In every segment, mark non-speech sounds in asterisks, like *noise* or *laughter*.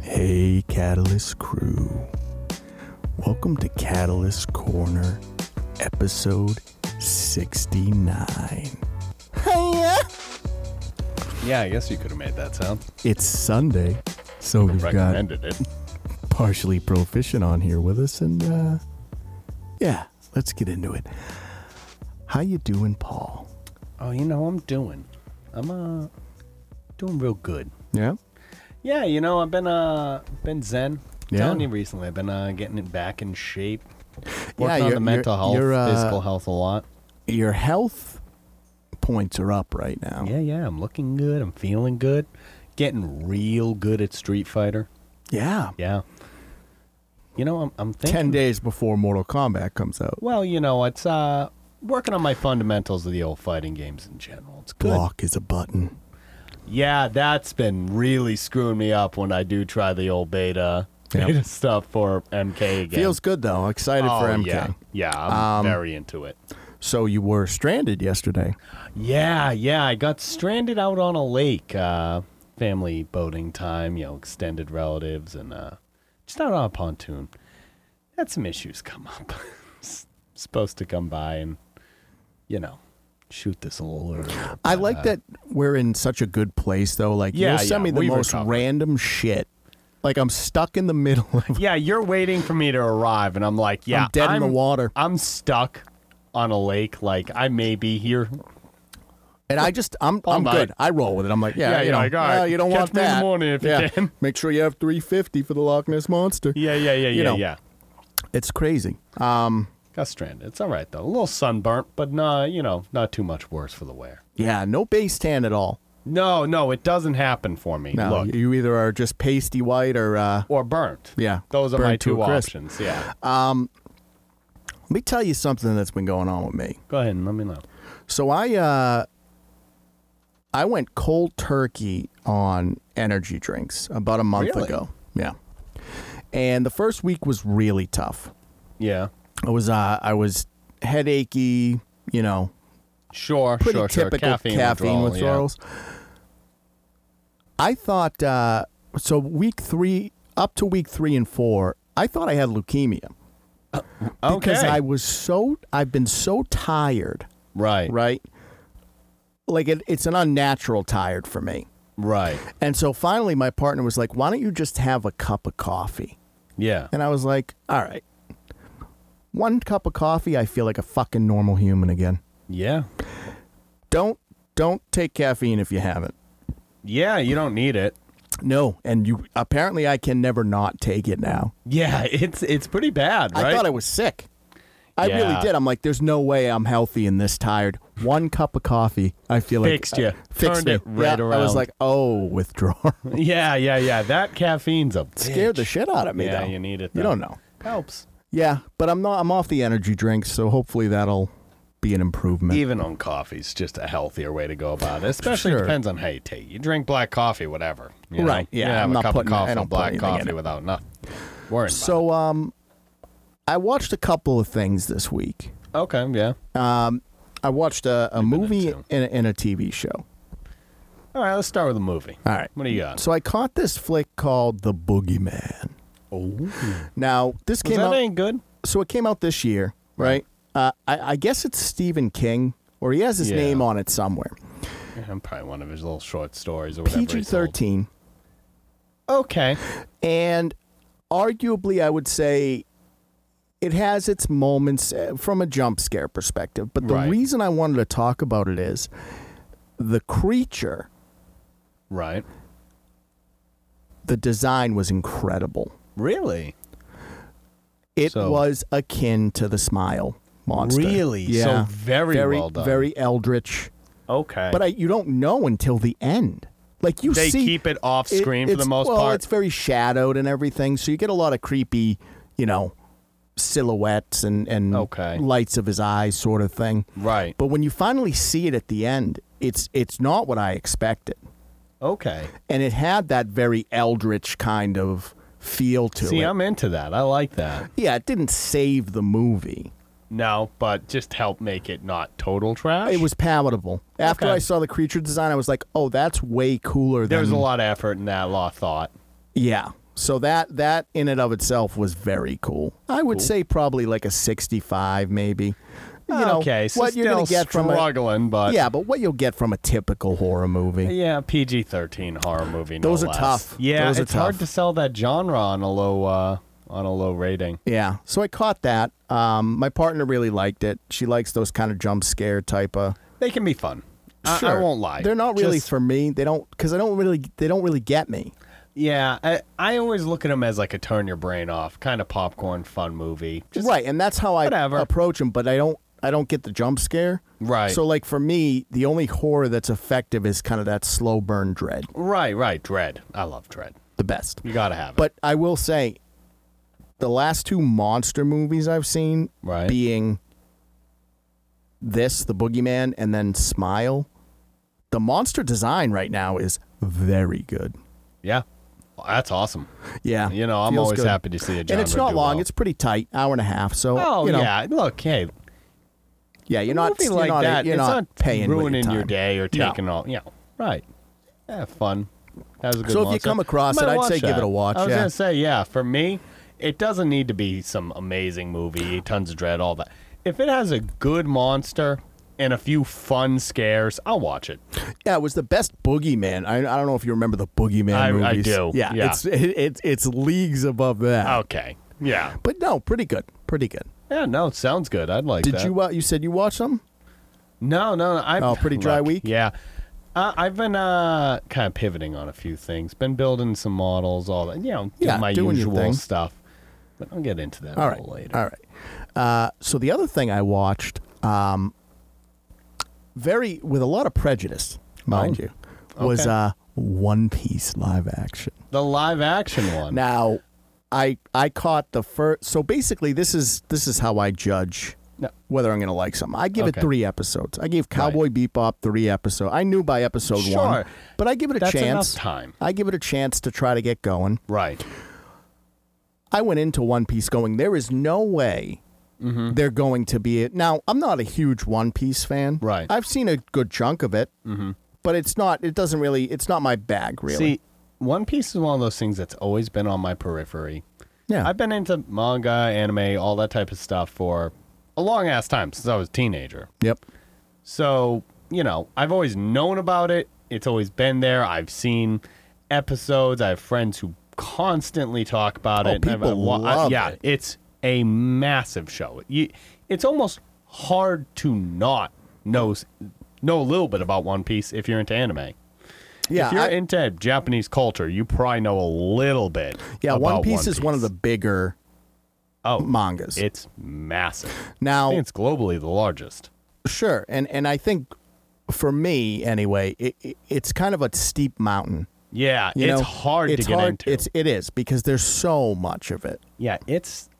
Hey, Catalyst crew. Welcome to Catalyst Corner, episode 69. Hiya! Yeah, I guess you could have made that sound. It's Sunday, so we've got Recommended it. partially proficient on here with us, and uh, yeah, let's get into it. How you doing, Paul? *laughs* Oh, you know, I'm doing. I'm uh doing real good. Yeah, Yeah, you know, I've been uh been zen. Yeah. Telling you recently, I've been uh getting it back in shape. Working you're- on you're- the mental health, you're, uh, physical health a lot. your health points are up right now. Yeah, yeah, I'm looking good. I'm feeling good. Getting real good at Street Fighter. yeah. Yeah. You know, I'm I'm thinking. Ten days before Mortal Kombat comes out. Well, you know, it's uh working on my fundamentals of the old fighting games in general. It's good. Block is a button. Yeah, that's been really screwing me up when I do try the old beta, Yeah. beta stuff for MK again. Feels good though. Excited oh, for Um, MK. Yeah, yeah I'm very into it. So you were stranded yesterday. Yeah, yeah, I got stranded out on a lake. Uh, family boating time, you know, extended relatives, and uh, just out on a pontoon. Had some issues come up. *laughs* S- Supposed to come by and, you know, shoot this a little earlier. I like that we're in such a good place though. Like Uh, Yeah, you'll send yeah, me the we most recovered. random shit. Like I'm stuck in the middle of Yeah, you're waiting for me to arrive, and I'm like, yeah, I'm dead in the I'm- water. I'm stuck on a lake. Like I may be here. And I just I'm I'm Oh, my- good. I roll with it. I'm like, yeah, Yeah, you you're know, like, all right, well, you don't catch want me in the that. morning if you Yeah. can. *laughs* Make sure you have 350 for the Loch Ness monster. Yeah, yeah, yeah, You yeah, know. yeah. It's crazy. Um Got stranded. It's all right though. A little sunburnt, but nah, you know, not too much worse for the wear. yeah, no base tan at all. No, no, it doesn't happen for me. No, Look, you either are just pasty white or uh or burnt. yeah. Those are my burned to a two crisp. options. Yeah. Let me tell you something that's been going on with me. Go ahead and let me know. So I uh I went cold turkey on energy drinks about a month Really? ago. Yeah. And the first week was really tough. Yeah. I was uh I was headachy, you know, Sure. pretty sure. typical sure. caffeine, withdrawals. I thought uh so week 3 up to week 3 and 4, I thought I had leukemia Yeah. Uh, Okay. because I was so I've been so tired, right. Right. right? Like it, it's an unnatural tired for me. Right. And so finally, my partner was like, "Why don't you just have a cup of coffee?" Yeah. And I was like, "All right, one cup of coffee, I feel like a fucking normal human again. Yeah. Don't don't take caffeine if you haven't. Yeah. You don't need it. No, and you apparently I can never not take it now. Yeah. *laughs* It's it's pretty bad, right? I thought I was sick. I really Yeah. did. I'm like, there's no way I'm healthy and this tired. One cup of coffee, I feel like uh, Fixed ya. fixed Turned me. it right Yeah, I was around. like, oh, withdrawal. Yeah, yeah, yeah. That caffeine's a Scared bitch. the shit out of me. Yeah, though. you need it. You though. don't know. helps Yeah, but I'm not. I'm off the energy drinks, so hopefully that'll be an improvement. even on coffee's just a healthier way to go about it. Especially Sure. depends on how you take. it. You drink black coffee, whatever. you know? Right, You yeah, have I'm a not cup putting- of I coffee, don't put black anything in coffee it. without nothing. Worrying about So um, I watched a couple of things this week. Um, it. okay, yeah. I watched a, a minute, movie too. and, a- and a TV show. All right, let's start with a movie. All right. What do you got? So I caught this flick called The Boogeyman. Oh, was Now this came that out. ain't good? so it came out this year, right? Uh, I, I guess it's Stephen King, or he has his Yeah. name on it somewhere. Yeah, I'm probably one of his little short stories or whatever. he PG sold. thirteen, Okay. and arguably, I would say it has its moments uh, from a jump scare perspective. But the Right. reason I wanted to talk about it is the creature, Right. the design was incredible. Really? It So- was akin to the smile monster. Really? Yeah. So very, very, well done. very eldritch. okay. But I, you don't know until the end. Like you they see, keep it off It- screen for it's- the most well, part. It's very shadowed and everything, so you get a lot of creepy, you know, silhouettes and and Okay. lights of his eyes, sort of thing. Right. But when you finally see it at the end, it's it's not what I expected, Okay. and it had that very eldritch kind of feel to See, it. I'm into that. I like that. yeah, it didn't save the movie. No, but just help make it not total trash. It was palatable. After Okay. I saw the creature design, I was like, "Oh, that's way cooler." There was than a lot of effort in that law thought. Yeah. So that that in and of itself was very cool. I would say probably like a 65 maybe. You know, okay, so what you're still gonna get from a, struggling, but Yeah, but what you'll get from a typical horror movie. yeah, PG thirteen horror movie. no Those are less. tough. Yeah, Those are it's hard tough. to sell that genre on a low uh, on a low rating. Yeah. So I caught that. Um, my partner really liked it. She likes those kind of jump scare type of. They can be fun. I- I, won't lie. They're not really Just- for me. They don't because I don't really they don't really get me. yeah, I, I always look at them as like a turn your brain off kind of popcorn fun movie. Just right, and that's how I whatever. approach them. But I don't I don't get the jump scare. Right. So like for me, the only horror that's effective is kind of that slow burn dread, Right, right. Dread. I love Dread. the best. You gotta have it. But I will say, the last two monster movies I've seen, Right. being this, the Boogeyman, and then Smile, the monster design right now is very good. yeah, Well, that's awesome. Yeah, You know, I'm feels always good. happy to see a And it's genre not do long; well. it's pretty tight, hour and a half. So, Oh you know, yeah. Look, hey, yeah, you're not movie you're like not, that. You're it's not, not, paying with ruining your, time. day or No. taking all. Yeah, right. Have fun. That was a good. So if you monster. come across I it, might I'd watch say give it that. a watch, I was yeah. gonna say yeah. For me, it doesn't need to be some amazing movie, tons of dread, all that. If it has a good monster and a few fun scares, I'll watch it. Yeah, it was the best Boogeyman. I, I don't know if you remember the Boogeyman I- I movies. do, Yeah, yeah. Oh. it's *laughs* it, it's it's leagues above that. Okay. Yeah. But no, pretty good, pretty good. Yeah. No, it sounds good. I'd like. Did that. you uh, you said you watched them? No, no, no. I, Oh, pretty dry look, week? Yeah. Uh, I've been uh, kind of pivoting on a few things. Been building some models, all that. You know, Yeah, doing my doing your usual thing. stuff. But I'll get into that All a right, little later. all right. Uh, so the other thing I watched, um, very with a lot of prejudice, mind Oh, you, was okay. uh, One Piece live action. The *sighs* live action one. Now, I I caught the first. So basically, this is this is how I judge No. whether I'm going to like something. I give Okay. it three episodes. I gave Cowboy Bebop three episodes. I knew by episode one, Sure. but I give it a That's chance. enough time. I give it a chance to try to get going. Right. I went into One Piece going, there is no way Mm-hmm. they're going to be it. Now, I'm not a huge One Piece fan. Right. Mm-hmm. I've seen a good chunk of it, but it's not, it doesn't really, it's not my bag, really. See, One Piece is one of those things that's always been on my periphery. yeah. I've been into manga, anime, all that type of stuff for a long ass time since I was a teenager. yep. So, you know, I've always known about it. It's always been there. I've seen episodes. I have friends who constantly talk about Oh, it. and I've- people I've wa- I- love yeah, it. it's a massive show. You, it's almost hard to not know s- know a little bit about One Piece if you're into anime. Yeah. if you're I- into Japanese culture, you probably know a little bit. yeah. One about Piece is one of the bigger Oh, mangas. It's massive. I now, think it's globally the largest. sure. And, and I think for me, anyway, it, it, it's kind of a steep mountain. Yeah, You it's know? hard it's to get hard, into. It's, it is because there's so much of it. yeah, it's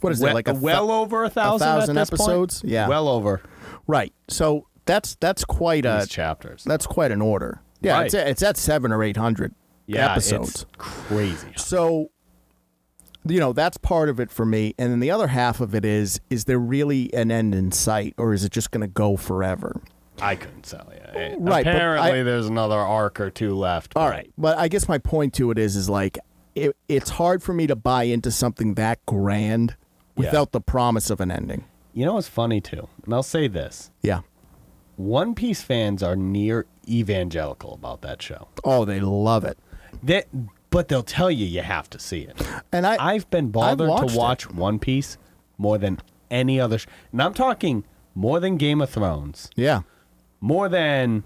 What is well, it? Like a thou- well over a thousand, thousand at this point? episodes? Yeah. well over Right. So that's that's quite a these chapters. that's quite an order. Yeah, it's, Right. it's at seven or eight hundred yeah, episodes. it's crazy. So, you know, that's part of it for me. And then the other half of it is: is there really an end in sight, or is it just going to go forever? I couldn't tell you. Eh, Right, but Apparently, I- there's another arc or two left. All but- right. But I guess my point to it is: is like it, it's hard for me to buy into something that grand Yeah. without the promise of an ending. You know what's funny too? And I'll say this: Yeah. One Piece fans are near evangelical about that show. Oh, they love it. That, but they'll tell you you have to see it. And I, I've been bothered watched it. to watch One Piece more than any other, sh- and I'm talking more than Game of Thrones. yeah. more than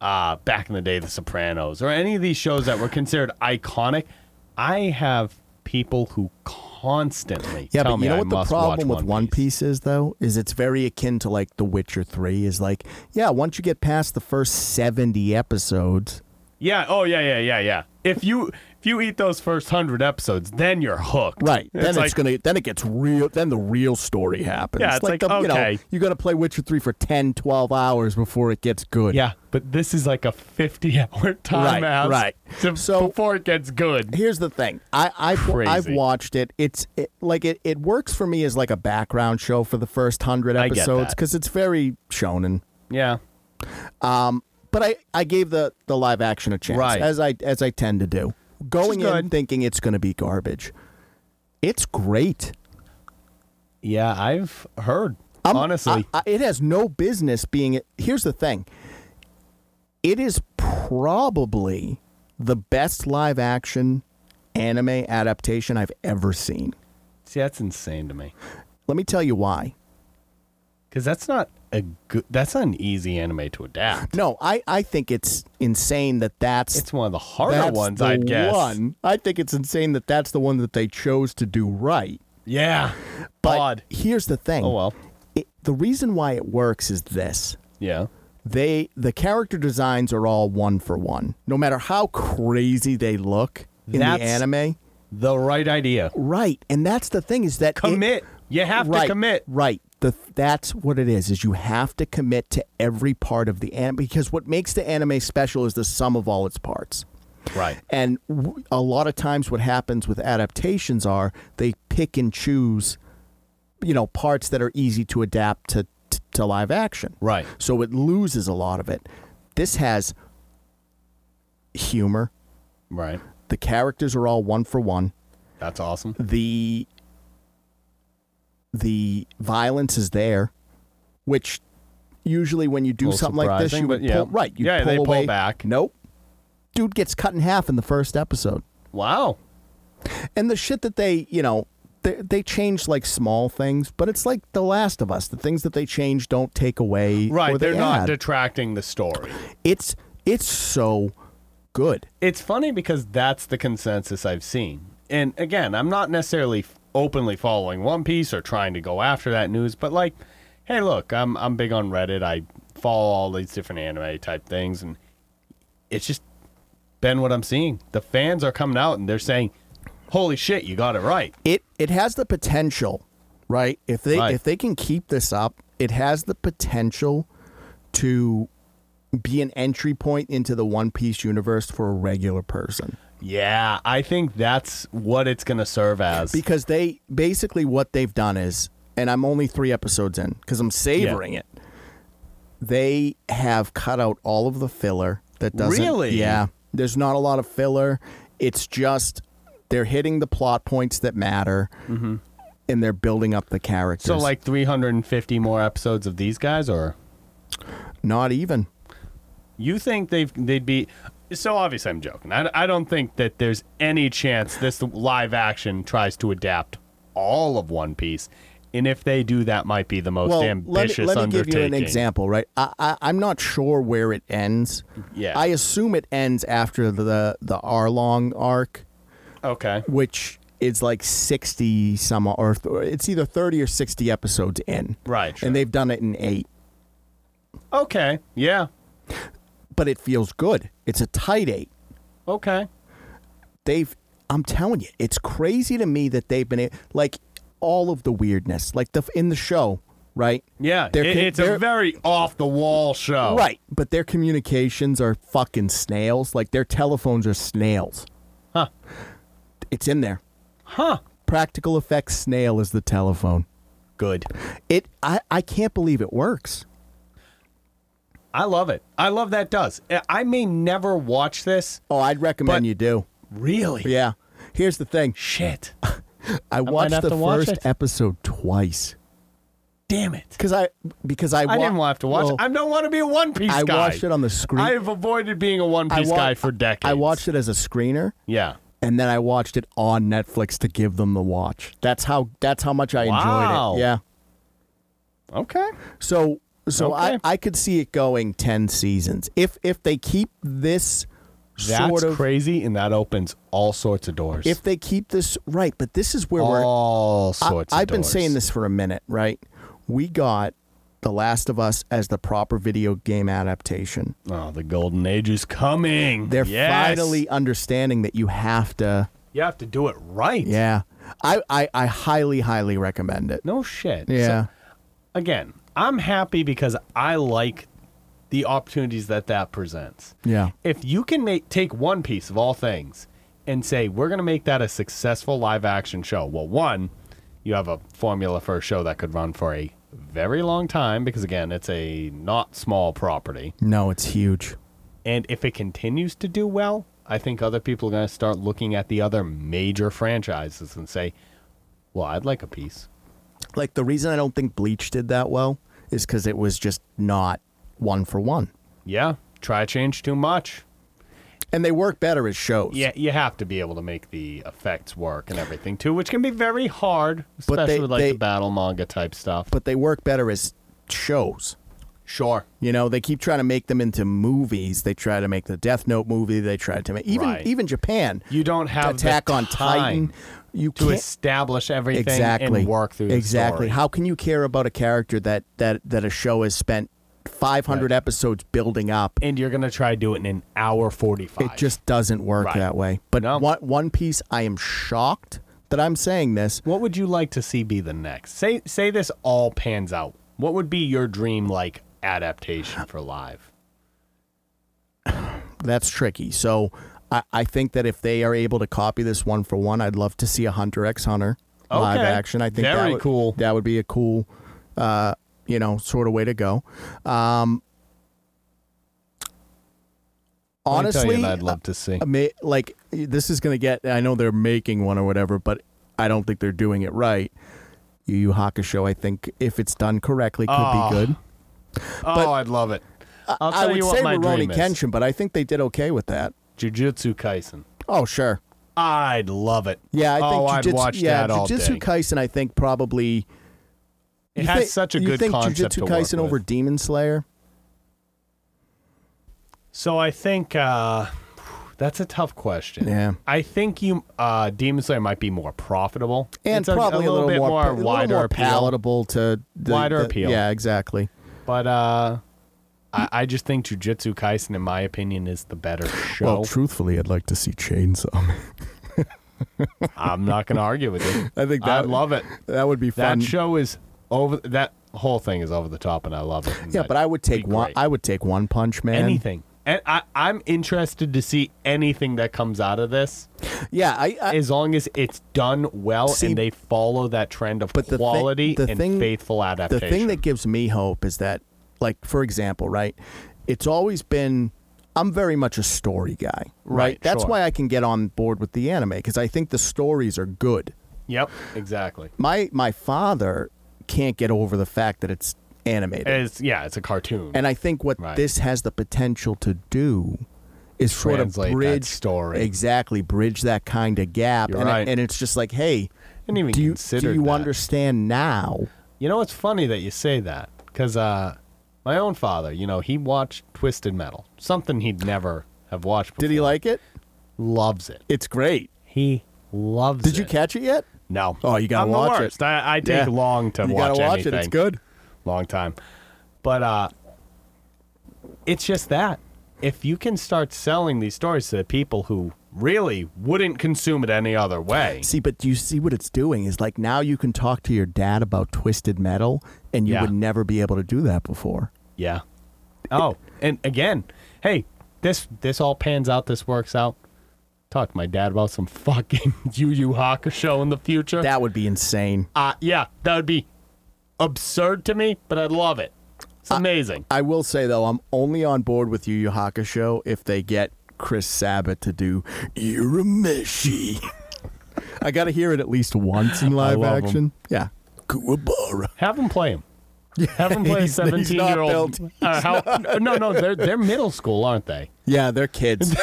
uh, back in the day, The Sopranos, or any of these shows that were considered iconic. I have people who constantly Yeah, tell but me you know I what the must problem watch with One Piece. is, though, is it's very akin to like The Witcher Three. Is like, yeah, once you get past the first seventy episodes, Yeah. Oh, yeah, yeah, yeah, yeah. If you if you eat those first hundred episodes, then you're hooked. then it's, like, gonna, then it gets real. Then the real story happens. Yeah, it's like, the, you know, okay. you got to play Witcher Three for 10, 12 hours before it gets good. Yeah, but this is like a *laughs* fifty-hour Right, time out right. To, So- before it gets good. Here's the thing. I I've, Crazy. I've watched it. It's it, like it, it works for me as like a background show for the first hundred I get episodes that. because it's very shonen. Yeah. But I, I gave the the live action a chance Right. as I as I tend to do. going She's in good. thinking it's going to be garbage. It's great. Yeah, I've heard. I'm- honestly, I- I- it has no business being. Here's the thing. It is probably the best live action anime adaptation I've ever seen. see, that's insane to me. Let me tell you why. Because that's not a good. That's not an easy anime to adapt. No, I, I think it's insane that that's It's one of the harder that's ones, the I'd guess. One. I think it's insane that that's the one that they chose to do right. Yeah. But Odd. here's the thing. Oh well. It- the reason why it works is this. Yeah. They the character designs are all one for one. No matter how crazy they look in That's- the anime. The right idea. Right. And that's the thing is that it- Commit. you have right, to commit. Right. The, that's what it is. Is you have to commit to every part of the anime because what makes the anime special is the sum of all its parts. Right. And w- a lot of times, what happens with adaptations are they pick and choose, you know, parts that are easy to adapt to to, to live action. Right. So it loses a lot of it. This has humor. Right. The characters are all one for one. That's awesome. The the violence is there, which usually when you do Little something like this, surprising, you would but yeah. pull, right. You Yeah, pull they pull away. back. Nope. Dude gets cut in half in the first episode. Wow. and the shit that they you know they, they change like small things but it's like the last of us the things that they change don't take away or Right. they They're not add. detracting the story. it's it's so good It's funny because that's the consensus I've seen. And again, I'm not necessarily f- openly following One Piece or trying to go after that news, but like, hey, look, I'm I'm big on Reddit. I follow all these different anime type things, and it's just been what I'm seeing. The fans are coming out and they're saying, "Holy shit, you got it right!" it it has the potential right if they Right. if they can keep this up it has the potential to be an entry point into the one piece universe for a regular person Yeah, I think that's what it's gonna serve as. because they basically what they've done is and i'm only three episodes in because i'm savoring it they have cut out all of the filler that doesn't Really? yeah there's not a lot of filler it's just they're hitting the plot points that matter and they're building up the characters so like 350 more episodes of these guys, or not even You think they've they'd be? So obviously, I'm joking. I, I don't think that there's any chance this live action tries to adapt all of One Piece, and if they do, that might be the most well let me, ambitious let me give undertaking. you an example right I, I, i'm not sure where it ends Yeah. i assume it ends after the the arlong arc Okay. which is like 60 some or th- it's either 30 or 60 episodes in Right. sure. and they've done it in 8 okay. Yeah. but it feels good it's a tight 8 Okay. they've I'm telling you it's crazy to me that they've been a- like all of the weirdness like the in the show right Yeah. They're it- con- it's they're- a very off the wall show. right but their communications are fucking snails like their telephones are snails Huh. it's in there Huh. practical effects snail is the telephone Good. it I, I can't believe it works I love it. I love that does. I- I may never watch this. oh I'd recommend But- you do Really. yeah here's the thing Shit. I watched have the to watch first it. episode twice Damn it. because I because I, I wa- didn't have to watch. well, it. I don't want to be a One Piece I guy. watched it on the screen. I have avoided being a One I Piece wa- guy for decades. I watched it as a screener, Yeah. and then I watched it on Netflix to give them the watch. That's how that's how much I Wow. enjoyed it. Yeah. Okay. So so Okay. I I could see it going ten seasons if if they keep this That's sort of crazy, and that opens all sorts of doors. if they keep this right. But this is where Oh, we're all I- sorts. of I've been doors. saying this for a minute, right? We got The Last of Us as the proper video game adaptation. Oh, the golden age is coming. They're Yes. finally understanding that you have to. You have to do it right. Yeah, I I, I highly highly recommend it. No shit. Yeah, So, again, I'm happy because I like the opportunities that that presents. yeah, if you can make take one piece of all things and say we're going to make that a successful live action show well one you have a formula for a show that could run for a very long time because again it's a not small property no, it's huge. and if it continues to do well I think other people are going to start looking at the other major franchises and say, well, I'd like a piece. Like the reason I don't think Bleach did that well is because it was just not one for one, Yeah, try to change too much. and they work better as shows. Yeah, you have to be able to make the effects work and everything too, which can be very hard, But they- especially with like they- the battle manga type stuff. but they work better as shows. sure, You know, they keep trying to make them into movies. They try to make the Death Note movie. They tried to make even Right. even Japan you don't have the Attack on time Titan. You to can't establish everything exactly and work through the exactly. story. How can you care about a character that that that a show has spent 500 Right. episodes building up? and you're gonna try to do it in an hour forty-five. It just doesn't work Right. that way. But No. one, one Piece, I am shocked that I'm saying this. What would you like to see be the next? Say say this all pans out. What would be your dream like adaptation for live? That's tricky. So I, I think that if they are able to copy this one for one, I'd love to see a Hunter X Hunter live Okay. action. I think that Very would, cool. That would be a cool, uh, you know, sort of way to go. Um, Let me tell you honestly, uh, what I'd love to see. ama- like this is gonna get. I know they're making one or whatever, but I don't think they're doing it right. Yu Yu Hakusho, I think if it's done correctly, could Oh, be good. but- oh, I'd love it. I'll I tell would you what say my Rurouni dream is. Kenshin, but I think they did okay with that. Jujutsu Kaisen. Oh sure, I'd love it. yeah. I oh, think I'd Jujutsu, watch yeah, that all Jujutsu day. Kaisen. I think probably It you has think- such a you good think concept Jujutsu to work Kaisen over with. Demon Slayer. So I think uh, that's a tough question. Yeah. I think you uh, Demon Slayer might be more profitable And It's probably a, little, bit more, pa- a little wider more appeal. palatable to the, Wider the- appeal. Yeah, exactly. But uh, I, I just think Jujutsu Kaisen, in my opinion, is the better *laughs* show. Well, truthfully, I'd like to see Chainsaw. Man. I'm not going to argue with you. I think *laughs* I that love it. that would be That fun. show is over. That whole thing is over the top, and I love it. and yeah, that'd but I would be take one. great. I would take One Punch Man. anything. And I, I'm interested to see anything that comes out of this, Yeah, I, I as long as it's done well See, and they follow that trend of but the thi- quality the and thing- faithful the adaptation. thing that gives me hope is that, like, for example, right? It's always been. I'm very much a story guy, right? Right, That's sure. why I can get on board with the anime because I think the stories are good. yep, exactly. My my father can't get over the fact that it's animated, It's yeah, it's a cartoon. and I think what Right. this has the potential to do is sort Translate of that bridge story. exactly bridge that kind of gap, You're and it- right. and it's just like, hey, didn't even do you consider do you that. understand now? You know, it's funny that you say that because uh, my own father, you know, he watched Twisted Metal, something he'd never have watched. Before. Did he like it? Loves it. It's great. He loves it. Did you catch it yet? No. Oh, you gotta I'm watch the it. worst. I, I take Yeah. long to you watch, gotta watch it. It's anything. good. Long time. But uh, it's just that if you can start selling these stories to the people who really wouldn't consume it any other way, See, but do you see what it's doing? Is like now you can talk to your dad about twisted metal, and you Yeah. would never be able to do that before. Yeah. Oh, and again, hey, this this all pans out. This works out. Talk to my dad about some fucking *laughs* Yu Yu Hakusho in the future. That would be insane. uh, yeah, that would be absurd to me, but I'd love it. It's amazing. I will say though, I'm only on board with Yu Yu Hakusho if they get Chris Sabat to do Urameshi. *laughs* I got to hear it at least once in live love 'em. action. Yeah, Kuwabara. Have them play him. Have them play *laughs* a He's- he's not seventeen-year-old. built. Uh, how- no, no, they're they're middle school, aren't they? Yeah, they're kids.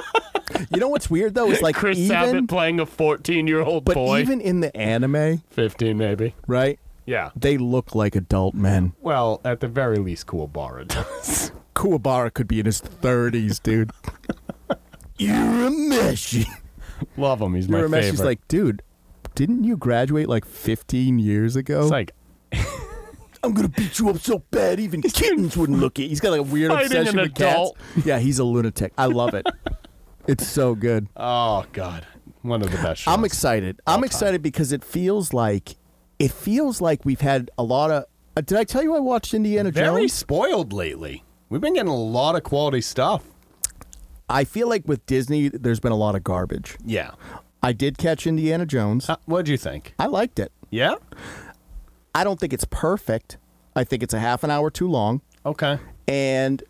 *laughs* you know what's weird though is like Chris even Sabat playing a fourteen-year-old but boy, even in the anime, fifteen maybe. right? Yeah. They look like adult men. Well, at the very least, Kuwabara does. Kuwabara could be in his 30s, dude. *laughs* Urameshi. *laughs* Love him. He's my favorite. Urameshi's like, dude, didn't you graduate like 15 years ago? It's like I'm going to beat you up so bad, *laughs* even kittens wouldn't look at He's got like a weird Fighting obsession an with cats. adult. *laughs* Yeah, he's a lunatic. I love it. *laughs* it's so good. Oh God, one of the best. Shows. I'm excited. I'm time. excited because it feels like it feels like we've had a lot of. Uh, did I tell you I watched Indiana very Jones? spoiled lately. We've been getting a lot of quality stuff. I feel like with Disney, there's been a lot of garbage. Yeah. I did catch Indiana Jones. Uh, what'd you think? I liked it. Yeah. I don't think it's perfect. I think it's a half an hour too long, Okay. and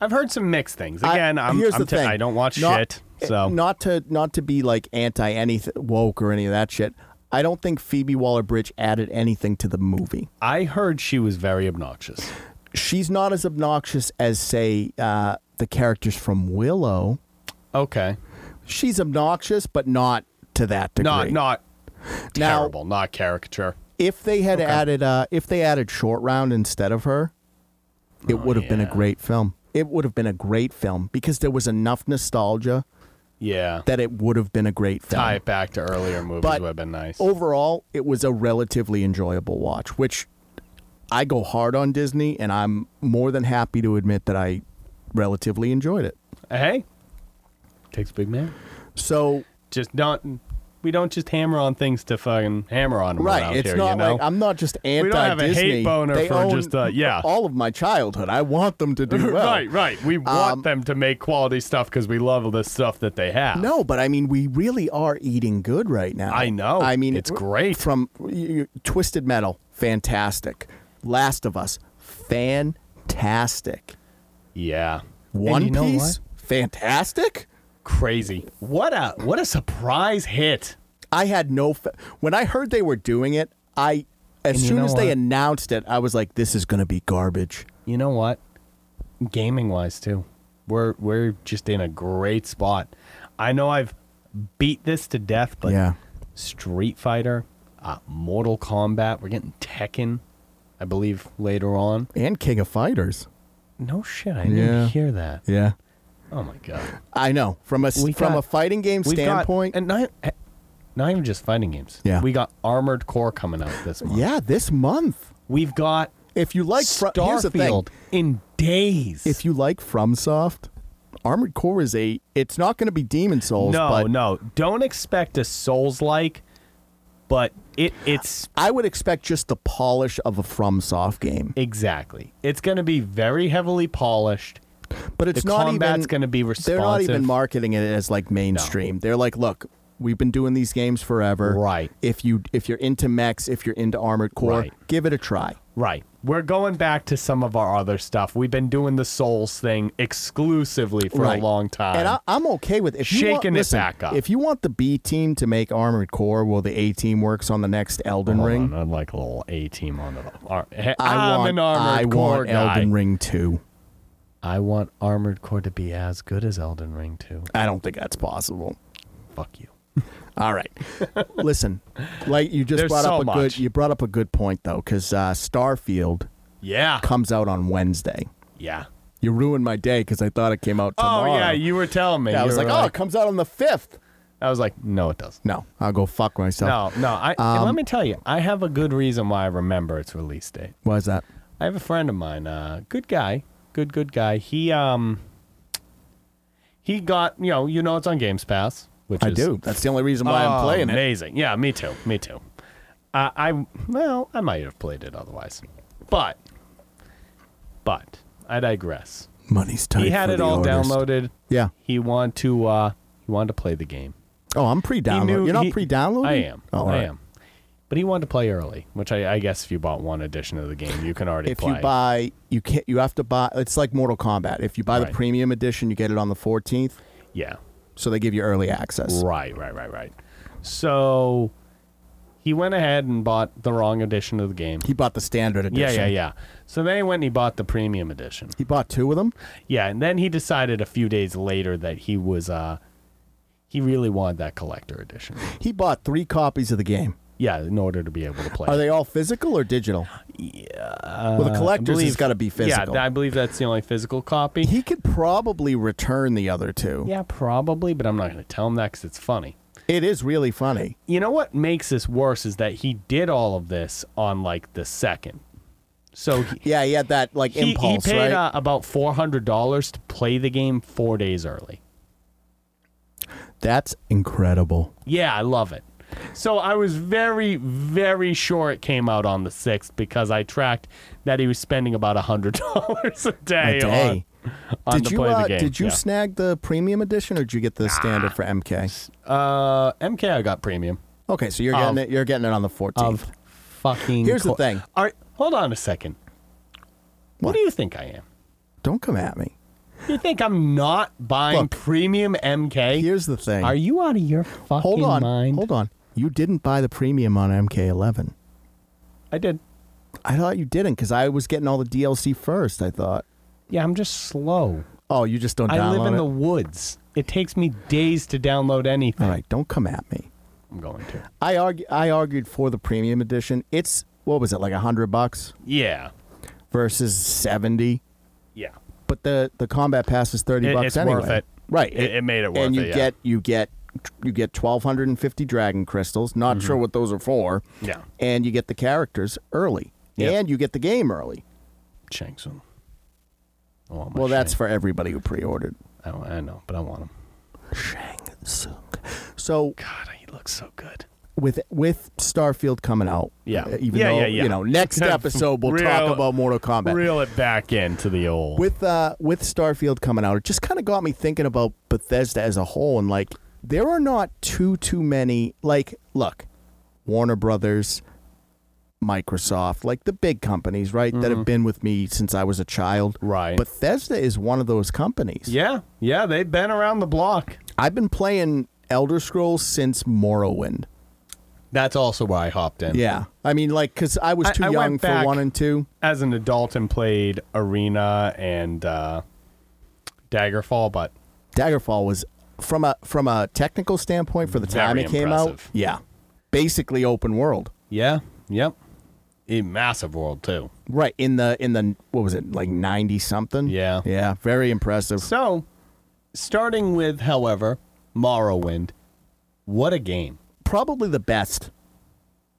I've heard some mixed things. I- Again, I, am here's I'm the t- thing. I don't watch Not- eh, shit, so not to not to be like anti anything woke or any of that shit. I don't think Phoebe Waller Bridge added anything to the movie. I heard she was very obnoxious. She's not as obnoxious as say uh, the characters from Willow. Okay, She's obnoxious, but not to that degree. not not Now- terrible, not caricature. If they had added uh, if they added Short Round instead of her, it would have been a Oh, yeah. great film. It would have been a great film because there was enough nostalgia Yeah, that it would have been a great film. tie it back to earlier movies But- oh would have been nice. overall, it was a relatively enjoyable watch, which I go hard on Disney, and I'm more than happy to admit that I relatively enjoyed it. Uh, Hey, takes a big man. So, Just don't. We don't just hammer on things to fucking hammer on them right, around it's here. not you know? like I'm not just anti don't have a hate Disney. boner they for own just, uh, yeah. all of my childhood. I want them to *clears throat* *laughs* do well. right, right. We want Um, them to make quality stuff because we love the stuff that they have. No, but I mean, we really are eating good right now. I know. I mean, It's great. From you- Twisted Metal, fantastic. Last of Us, fantastic. Yeah. And One you know Piece, what? fantastic. Crazy. What a what a surprise hit. I had no fa- when I heard they were doing it. I as And you soon know as they what? announced it, I was like, "This is going to be garbage." You know what? Gaming wise too. We're we're just in a great spot. I know I've beat this to death, but Yeah. Street Fighter, uh, Mortal Kombat, we're getting Tekken, I believe later on. And King of Fighters. No shit, I didn't Yeah. hear that. Yeah, Oh my god. I know from a s- We from got- a fighting game We've got- standpoint. and not, eh, not even just fighting games. Yeah. we got Armored Core coming out this month. yeah, this month. we've got If you like, fro- here's the thing. Starfield in days. If you like FromSoft, Armored Core is a. It's not going to be Demon Souls, no, but no, don't expect a Souls like, but it it's I would expect just the polish of a FromSoft game. exactly. It's going to be very heavily polished. But it's the not combat's even going to be responsive. They're not even marketing it as like mainstream. They're like, look, we've been doing these games forever. Right. If you if you're into mechs, if you're into armored core, Right. give it a try. Right. We're going back to some of our other stuff. We've been doing the Souls thing exclusively for Right. a long time. And I, I'm okay with if you want, Shaking it listen, back up. If you want the B team to make armored core, while the A team works on the next Elden Hold Ring. on, I'd like a little A team on the. Ar- I I am want an armored I core want guy. Elden Ring two. I want armored core to be as good as Elden Ring too. I don't think that's possible. Fuck you. All right, *laughs* listen, like you just There's brought so up a much. good you brought up a good point though, because uh, Starfield Yeah. comes out on Wednesday. Yeah. You ruined my day because I thought it came out Oh tomorrow. yeah, you were telling me. Yeah, I You was were like, oh, it comes out on the fifth. I was like, no, it doesn't. No, I'll go fuck myself. No, no. I Um, let me tell you, I have a good reason why I remember its release date. Why is that? I have a friend of mine, uh, good guy, good good guy. He um, he got you know you know it's on Games Pass, which I is do. That's the only reason why I'm Oh, playing it. Amazing. Yeah, me too. Me too. Uh, I well, I might have played it otherwise, but but I digress. Money's tight. He had for it the all artist. downloaded. Yeah. He wanted to uh, he wanted to play the game. Oh, I'm He pre-download. knew- You're not he- pre-downloading. I am. Oh, all I right. am. But he wanted to play early, which I, I guess if you bought one edition of the game, you can already If play. you buy, you can't. You have to buy. It's like Mortal Kombat. If you buy Right. the premium edition, you get it on the 14th. yeah. So they give you early access. Right, right, right, right. So he went ahead and bought the wrong edition of the game. He bought the standard edition. Yeah, yeah, yeah. So then he went and he bought the premium edition. He bought two of them. Yeah, and then he decided a few days later that he was uh he really wanted that collector edition. He bought three copies of the game. Yeah, in order to be able to play. Are they all physical or digital? Yeah. Well, the collectors has got to be physical. Yeah, I believe that's the only physical copy. He could probably return the other two. yeah, probably, but I'm not going to tell him that cuz it's funny. It is really funny. You know what makes this worse is that he did all of this on like the second. So he, Yeah, he had that like he, impulse, he paid right? uh, about $400 to play the game 4 days early. That's incredible. Yeah, I love it. So I was very, very sure it came out on the sixth because I tracked that he was spending about hundred *laughs* dollars a day, A day. on, on did to you play uh, the game. did you Yeah. snag the premium edition or did you get the standard for MK? uh, MK, I got premium Okay, so you're Of- getting it. You're getting it on the 14th. Um, of fucking. Here's the co- thing. All right, hold on a second. What? What? do you think I am? Don't come at me. You think I'm not buying Look. premium MK? Here's the thing. Are you out of your fucking hold on. mind? Hold on. You didn't buy the premium on MK11. I did. I thought you didn't because I was getting all the DLC first. I thought. Yeah, I'm just slow. Oh, you just don't. I live download in it? the woods. It takes me days to download anything. All right, don't come at me. I'm going to. I argue, I argued for the premium edition. It's what was it like a hundred bucks Yeah. versus seventy, Yeah. but the the combat pass is thirty It- bucks it's anyway. worth it. Right, It- it made it worth And you it, yeah. get you get you get twelve hundred and fifty dragon crystals. Not Mm-hmm. sure what those are for. Yeah. and you get the characters early, Yeah. and you get the game early. Shanks them. I want my Well, that's shank. for everybody who pre-ordered. I, don't- I know, but I want them. Shang Tsung. So God, he looks so good. with with Starfield coming out, Yeah. uh, even Yeah, though yeah, yeah. you know *laughs* next episode we'll talk Real- about Mortal Kombat. Reel it back into the old. with uh with Starfield coming out, it just kind of got me thinking about Bethesda as a whole and like there are not too too many like look, Warner Brothers, Microsoft, like the big companies, right, that have been with me since I was a child. Mm-hmm. Right. Bethesda is one of those companies. yeah, yeah, they've been around the block. I've been playing Elder Scrolls since Morrowind. That's also why I hopped in. Yeah. I mean like cuz I was I- too I young went for back- 1 and 2. As an adult and played Arena and uh, Daggerfall, but Daggerfall was from a from a technical standpoint for the Very time it came out. impressive. Yeah. Basically open world. yeah, yep. A massive world, too. Right in the in the what was it like ninety something? Yeah. yeah, very impressive. So, starting with, however, Morrowind, what a game. Probably the best.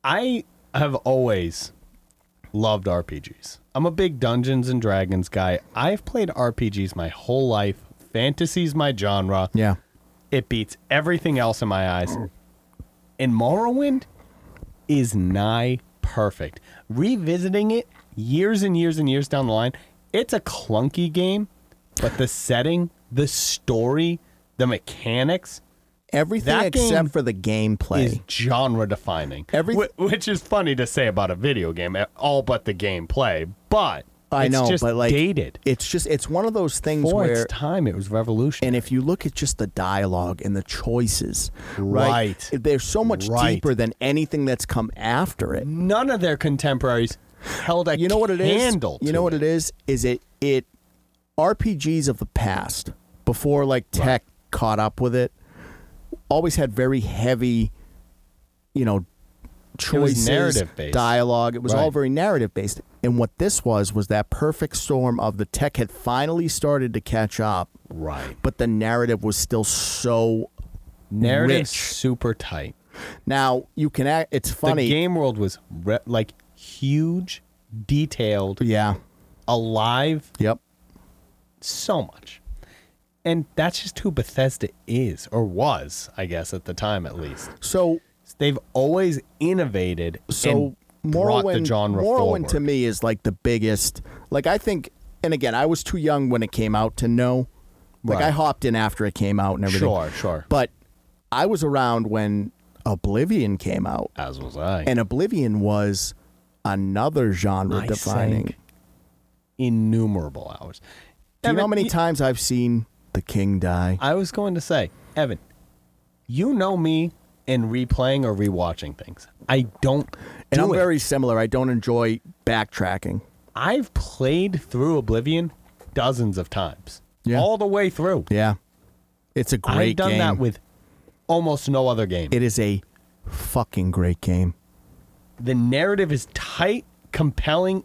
I have always loved RPGs. I'm a big Dungeons and Dragons guy. I've played RPGs my whole life. Fantasy's my genre. Yeah, It beats everything else in my eyes. And Morrowind is nigh perfect. Revisiting it years and years and years down the line, it's a clunky game, but the setting, the story, the mechanics everything That except game for the gameplay. is genre defining. Every- Wh- which is funny to say about a video game, eh, all but the gameplay, but I it's know, just but like dated. it's just it's one of those things For where its time, it was revolutionary. and if you look at just the dialogue and the choices, Right. They're so much Right. deeper than anything that's come after it. None of their contemporaries held a You know what it is? candle You know to what it. it is? Is it it RPGs of the past before like tech caught up with it always had very heavy, you know, choices, narrative-based. dialogue. It was all Right. very narrative based. And what this was was that perfect storm of the tech had finally started to catch up, Right. but the narrative was still so Narrative rich. super tight. Now you can act. It's funny. The game world was re- like huge, detailed, yeah. alive, Yep. so much. And that's just who Bethesda is, or was, I guess, at the time at least. So They've always innovated so and Morrowind, brought the genre Morrowind forward. to me is like the biggest. Like I think, and again, I was too young when it came out to know. Like Right. I hopped in after it came out and everything. Sure, sure. But I was around when Oblivion came out, As was I. and Oblivion was another genre I defining. sank innumerable hours. Do you know how Evan, many y- times I've seen the king die? I was going to say, Evan, you know me in replaying or rewatching things. I don't and do I'm it. very similar. I don't enjoy backtracking. I've played through Oblivion dozens of times. Yeah. All the way through. Yeah, it's a great I've done game. that with almost no other game. it is a fucking great game. the narrative is tight, compelling.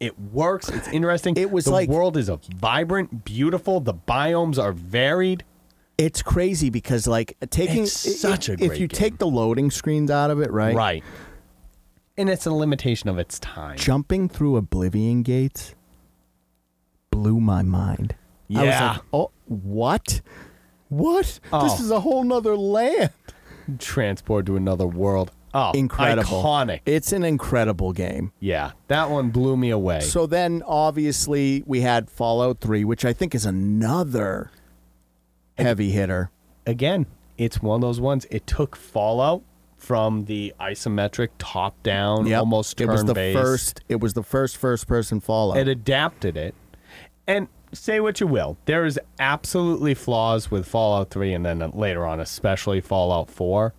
It works. *sighs* It's interesting. It was the like- world is a vibrant, beautiful. The biomes are varied. It's crazy because like taking It's such a if, if great you game. take the loading screens out of it, right? Right. And it's a limitation of its time. Jumping through Oblivion gates blew my mind. I was Yeah. like, oh, what? What? This Oh. is a whole nother land. Transport to another world. Oh, Incredible. Iconic. It's an incredible game. Yeah, that one blew me away. So then obviously we had Fallout 3, which I think is another heavy hitter. again, it's one of those ones. It took Fallout from the isometric top down, Yep. almost turn it was the based. first it was the first first person Fallout. It adapted it. And say what you will. There is absolutely flaws with Fallout 3 and then later on, especially Fallout 4.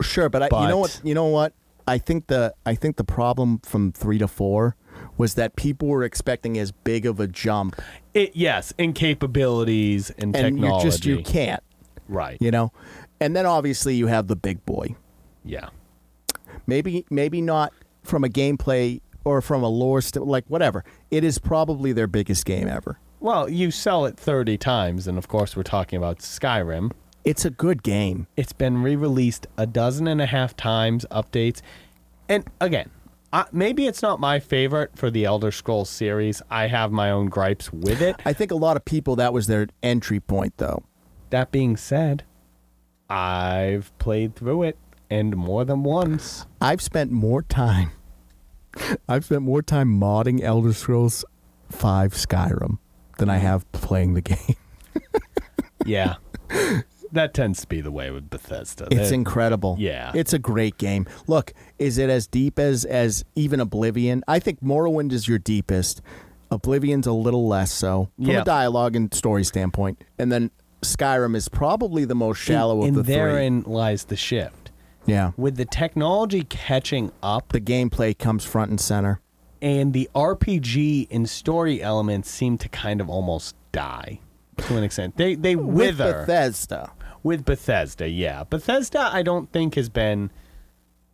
Sure, but, I, you know But- what? You know what? I think the I think the problem from three to four was that people were expecting as big of a jump, It yes, in capabilities and, and technology. you just you can't, right. you know. And then obviously you have the big boy. Yeah. Maybe maybe not from a gameplay or from a lore, st- like whatever. It is probably their biggest game ever. Well, you sell it 30 times and of course we're talking about Skyrim. It's a good game. It's been re-released a dozen and a half times, updates. And again, I, maybe it's not my favorite for the Elder Scrolls series. I have my own gripes *laughs* with it. I think a lot of people that was their entry point though. That being said, I've played through it and more than once. I've spent more time. *laughs* I've spent more time modding Elder Scrolls Five Skyrim than I have playing the *laughs* game. *laughs* Yeah. that tends to be the way with Bethesda. It's They- incredible. yeah. it's a great game. Look, is it as deep as as even Oblivion? I think Morrowind is your deepest. Oblivion's a little less so from Yeah. a dialogue and story standpoint, and then Skyrim is probably the most shallow and, of the and three. therein lies the shift. yeah, With the technology catching up the gameplay comes front and center. and the RPG and story elements seem to kind of almost die to an extent. They they With wither Bethesda. with Bethesda, yeah. Bethesda I don't think has been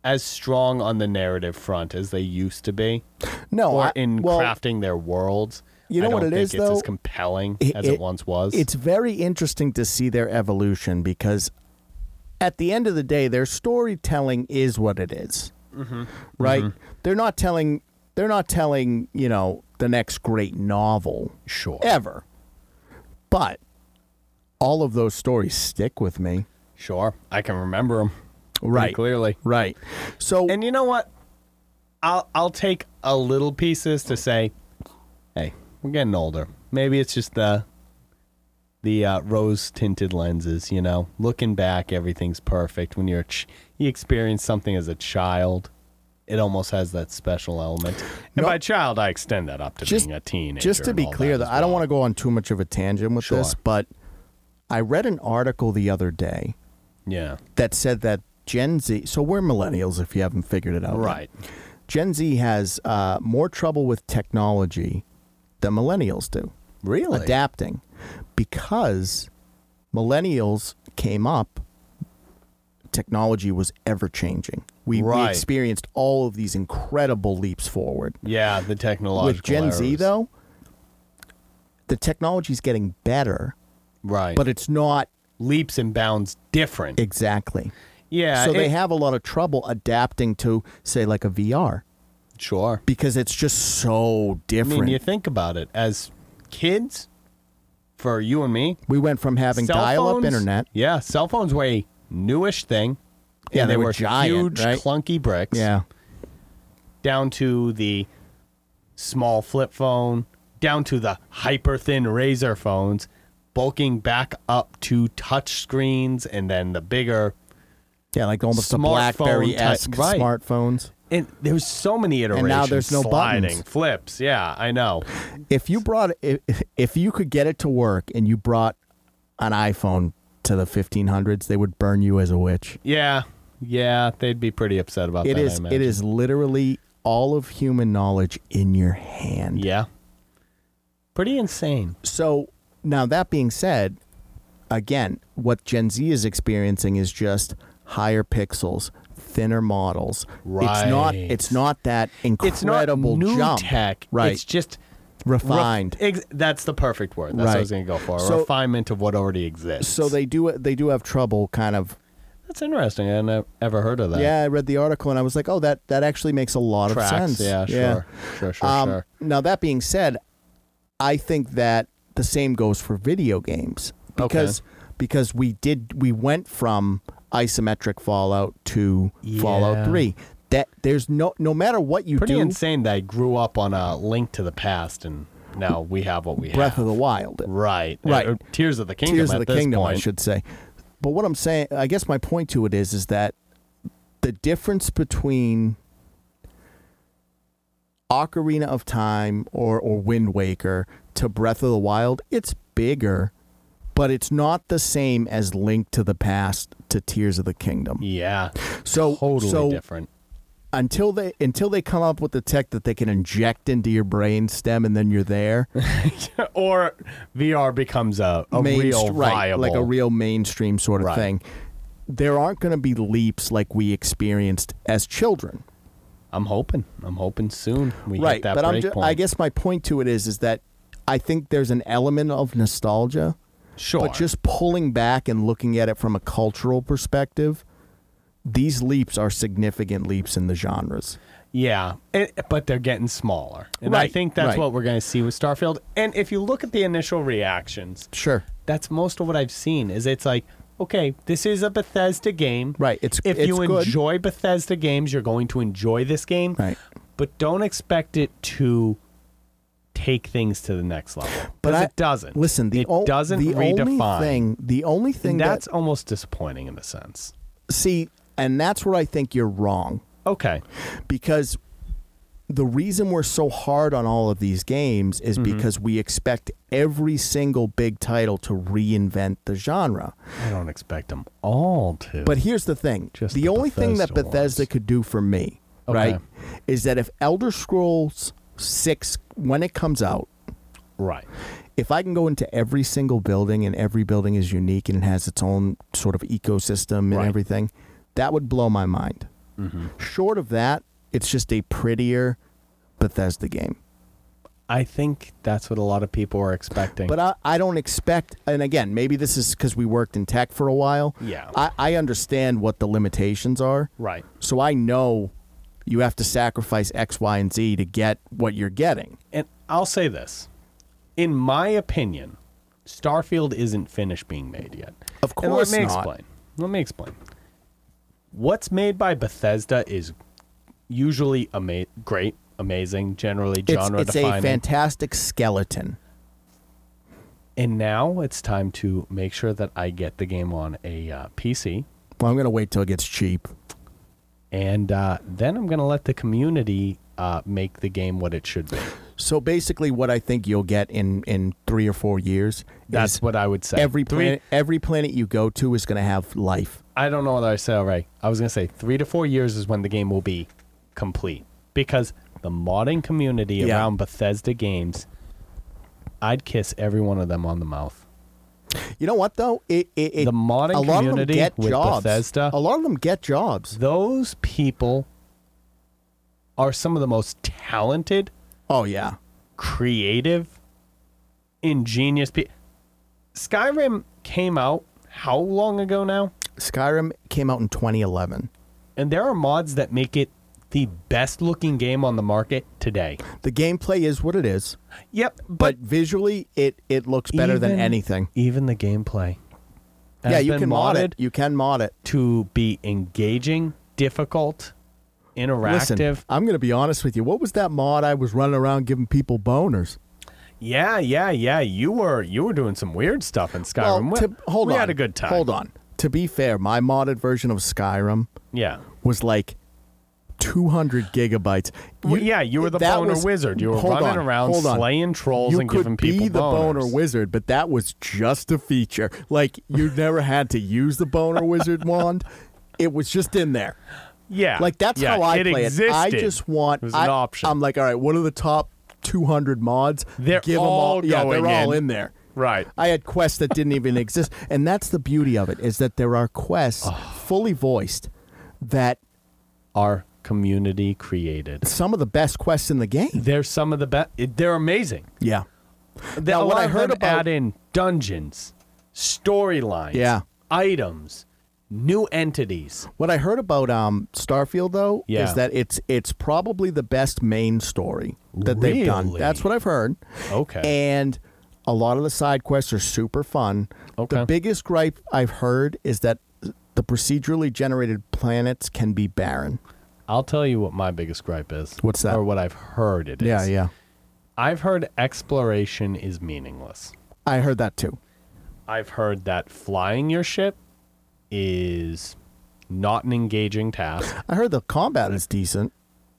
as strong on the narrative front as they used to be. No, or Oh, I, in well, crafting their worlds. you know I don't what it think is, it's as though? compelling It- as it, it- once was. It's very interesting to see their evolution because at the end of the day, their storytelling is what it is, Mm-hmm. Right? They're not telling they're not telling, you know, the next great novel sure, ever. But all of those stories stick with me. sure. I can remember them Right. clearly. Right. So And you know what? I'll I'll take a little pieces to say, hey, we're getting older. Maybe it's just the the uh, rose tinted lenses. You know, looking back, everything's perfect. When you're a ch- you experience something as a child. It almost has that special element. No. And by child, I extend that up to Just- being a teenager. just to and be all clear that though, as I don't well. want to go on too much of a tangent with this, Sure. but I read an article the other day Yeah. that said that Gen Z. So we're millennials if you haven't figured it out. yet. Right. Gen Z has uh, more trouble with technology than millennials do Really? adapting because millennials came up technology was ever changing we, we Right. experienced all of these incredible leaps forward yeah, the technological with gen z errors. though the technology's getting better Right. but it's not leaps and bounds different. exactly yeah. so they Uh, it- have a lot of trouble adapting to say like a vr sure. because it's just so I different. mean, you think about it as kids for you and me. we went from having cell dial-up phones- internet. Yeah, cell phones were a newish thing. Yeah, and they they, were were giant, huge, right? clunky bricks. Yeah, down to the small flip phone, down to the hyper thin razor phones, bulking back up to touch screens and then the bigger yeah, like almost the Smartphone BlackBerry esque type- right. smartphones. and there's so many iterations. now there's no sliding, buttons. flips. Yeah, I know. If you brought if, if you could get it to work and you brought an iPhone to the 1500s, they would burn you as a witch. Yeah, yeah, they'd be pretty upset about It that. I is it imagine. is literally all of human knowledge in your hand. Yeah, pretty insane. So now that being said, again, what Gen Z is experiencing is just higher pixels, thinner models. It's not Right. it's not that It's not incredible new jump. tech. Right. It's just ref- refined. ex- that's the perfect word. That's what Right. I was going to go for. a So- refinement of what already exists. so they do they do have trouble kind of That's interesting. I never ever heard of that. Yeah, I read the article and I was like, "Oh, that that actually makes a lot Tracks. of sense." Yeah, sure. Sure, sure, Um, sure. Now that being said, I think that the same goes for video games Okay. because because we did we went from isometric Fallout to Fallout Yeah. Three. That there's no no matter what you Pretty do, insane that I grew up on a link to the past and now we have what we Breath have. of the Wild, right. Right. Or Tears of the Kingdom Tears at of the this Kingdom, point. I should say. But what I'm saying, I guess my point to it is, is that the difference between Ocarina of Time or or Wind Waker to Breath of the Wild, it's bigger, but it's not the same as Link to the Past to Tears of the Kingdom. Yeah. So Totally so different. until they until they come up with the tech that they can inject into your brain stem and then you're there. *laughs* or VR becomes a, a main- real right, viable. like a real mainstream sort of Right. thing. There aren't going to be leaps like we experienced as children, I'm hoping. I'm hoping soon we right? hit that but I'm break ju- point. I guess my point to it is, is that I think there's an element of nostalgia, sure. but just pulling back and looking at it from a cultural perspective, these leaps are significant leaps in the genres. Yeah, it, but they're getting smaller. And I Right, think that's right. what we're going to see with Starfield. And if you look at the initial reactions, Sure, that's most of what I've seen is it's like, okay, this is a Bethesda game. Right, it's- if it's you good. enjoy Bethesda games, you're going to enjoy this game. Right. But don't expect it to take things to the next level. but 'Cause I- it doesn't. Listen, the it o- doesn't the redefine. Only thing, the only thing and that's that almost disappointing in a sense. see, and that's where I think you're wrong. Okay. because the reason we're so hard on all of these games is Mm-hmm. because we expect every single big title to reinvent the genre. I don't expect them all to. But here's the thing Just the the only thing that Bethesda Bethesda ones. could do for me, Okay. right, is that if Elder Scrolls 6, when it comes out, right. if I can go into every single building and every building is unique and it has its own sort of ecosystem and Right. everything, that would blow my mind. Mm-hmm. Short of that, it's just a prettier Bethesda game. I think that's what a lot of people are expecting. But I, I don't expect, and again, maybe this is because we worked in tech for a while. Yeah. I, I understand what the limitations are. right. So I know you have to sacrifice X, Y, and Z to get what you're getting. And I'll say this. In my opinion, Starfield isn't finished being made yet. Of And course let me not. explain. Let me explain. What's made by Bethesda is usually ama- great, amazing, generally It's, genre it's a defining. fantastic skeleton. and now it's time to make sure that I get the game on a uh, PC Well, I'm going to wait till it gets cheap. and uh, then I'm going to let the community uh, make the game what it should be. So basically, what I think you'll get in, in three or four years That's is what I would say. every Three- planet, every planet you go to is going to have life. I don't know whether I said all right. I was gonna say three to four years is when the game will be complete because the modding community Yeah. around Bethesda games, I'd kiss every one of them on the mouth. You know what though? It, it, it The modern a lot of them community get with jobs. Bethesda, A lot of them get jobs. those people are some of the most talented, Oh yeah. creative, ingenious people. Skyrim came out how long ago now? Skyrim came out in 2011. And there are mods that make it the best looking game on the market today. The gameplay is what it is, Yep, but but visually it it looks better than even- anything. Even the gameplay. yeah, has you been can mod modded it. You can mod it. to be engaging, difficult, interactive. Listen, I'm going to be honest with you. What was that mod I was running around giving people boners? Yeah, yeah, yeah. You were you were doing some weird stuff in Skyrim. Well, to- we hold we on. had a good time. Hold on. To be fair, my modded version of Skyrim Yeah. was like 200 gigabytes. Well, You- yeah, you were the that boner was- wizard. You were hold running on, around hold on. slaying trolls you and could giving be people the boner boners. wizard, but that was just a feature. Like *laughs* you never had to use the boner wizard wand. It was just in there. Yeah. Like that's yeah, how I it play existed. it. I just want It was an I, option. I'm like, all right, what are the top 200 mods? They're Give 'em all all. Yeah, they're going all in. in there. Right. I had quests that didn't even exist, and that's the beauty of it is that there are *sighs* quests fully voiced that Our community created. some of the best quests in the game. They're some of the best. They're amazing. Yeah, The, Now, a what lot I of heard them about- add in dungeons, storylines, Yeah. items, new entities. What I heard about um, Starfield though Yeah. is that it's it's probably the best main story that they've done. Really? That's what I've heard. Okay. And a lot of the side quests are super fun. Okay. The biggest gripe I've heard is that the procedurally generated planets can be barren. I'll tell you what my biggest gripe is. What's that? Or what I've heard it is. yeah. I've heard exploration is meaningless. I heard that too. I've heard that flying your ship is not an engaging task. I heard the combat is decent.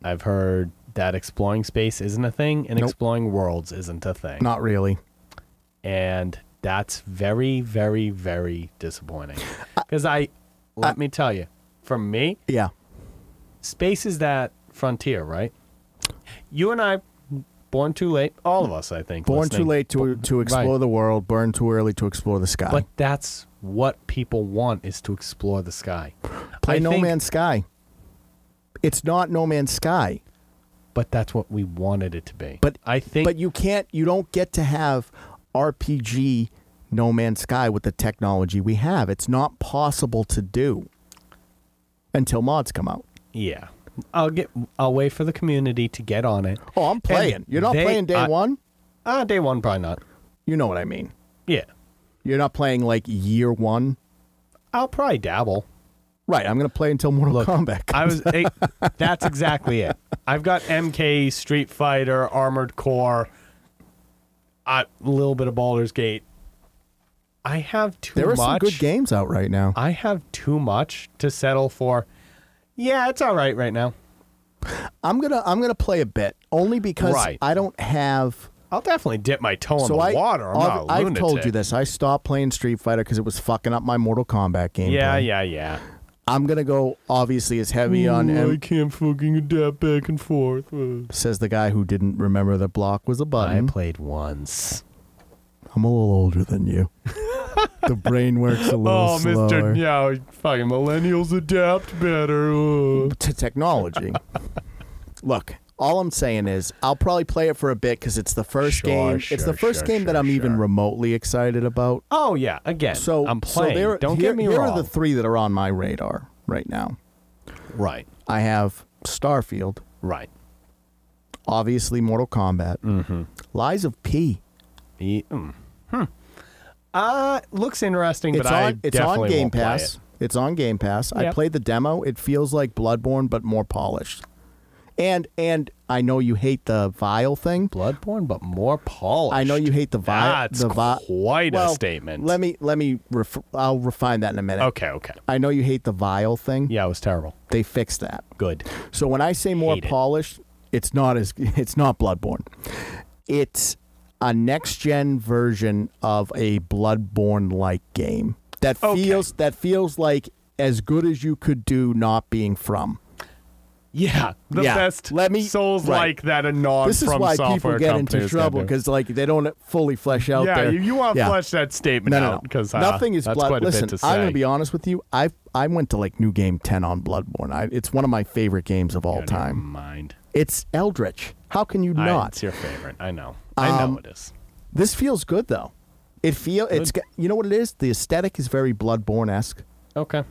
I've heard that exploring space isn't a thing and Nope. exploring worlds isn't a thing. Not really. And that's very, very, very disappointing. Because I, let me tell you, for me, Yeah. space is that frontier, right? You and I, born too late, all of us, I think. Born too listening. late to to explore the world, born too early to explore the sky. But that's what people want is to explore the sky. Play I No think- Man's Sky. It's not No Man's Sky. But that's what we wanted it to be. But- I think But you can't you don't get to have RPG No Man's Sky with the technology we have. It's not possible to do until mods come out. Yeah. I'll get I'll wait for the community to get on it. Oh, I'm playing. You're not they- playing day I- 1? Uh day one probably not. You know what I mean. Yeah. You're not playing like year 1. I'll probably dabble. Right, I'm going to play until Mortal Kombat. I was eh, that's exactly it. I've got MK, Street Fighter, Armored Core, a little bit of Baldur's Gate. I have *laughs* too there are much. some good games out right now. I have too much to settle for. Yeah, it's all right right now. I'm going to I'm going to play a bit only because Right. I don't have I'll definitely dip my toe in the I, water. I'm I've, not a I've told lunatic. you this. I stopped playing Street Fighter because it was fucking up my Mortal Kombat game. Yeah, yeah, yeah. I'm gonna go obviously as heavy on Ooh, I M. can't fucking adapt back and forth. Uh. Says the guy who didn't remember the block was a I button. played once. I'm a little older than you. *laughs* the brain works *laughs* a little Oh, slower Mr. Yeah, fucking millennials adapt better. Ugh. to *laughs* technology. Look, all I'm saying is I'll probably play it for a bit because it's the first Sure, game. it's sure, the first sure, game that sure, I'm even sure. remotely excited about. Oh yeah, again. So I'm so playing. there- Don't here- get me here wrong. are the three that are on my radar right now. right, I have Starfield. right. obviously Mortal Kombat. Mm-hmm. Lies of P. E- mm. Hmm. Uh, looks interesting, It's but I on it's definitely on Game won't play Pass. it. It's on Game Pass. I Yep. played the demo. It feels like Bloodborne but more polished. And and I know you hate the vial thing. Bloodborne, but more polished. I know you hate the vial. That's the vi- quite well, a statement. Let me let me ref- I'll refine that in a minute. *laughs* okay, okay. I know you hate the vial thing. Yeah, it was terrible. They fixed that. Good. So when I say more Hate it. polished, it's not as *laughs* it's not Bloodborne. It's a next gen version of a Bloodborne like game that Okay. feels that feels like as good as you could do not being from. Yeah, the Yeah. best Let me- souls right. like that are non this is from why people software get into companies can trouble do. because like they don't fully flesh out yeah, their you, you want to yeah. flesh that statement No, no, out no. because Nothing is that's blood. quite Listen, a bit to say. I'm gonna be honest with you. I I went to like new game ten on Bloodborne. I, it's one of my favorite games of all Don't even time. Mind It's Eldritch. How can you I- not? it's your favorite. I know. I Um, know it is. This feels good though. It feel it's got- you know what it is. The aesthetic is very Bloodborne esque Okay.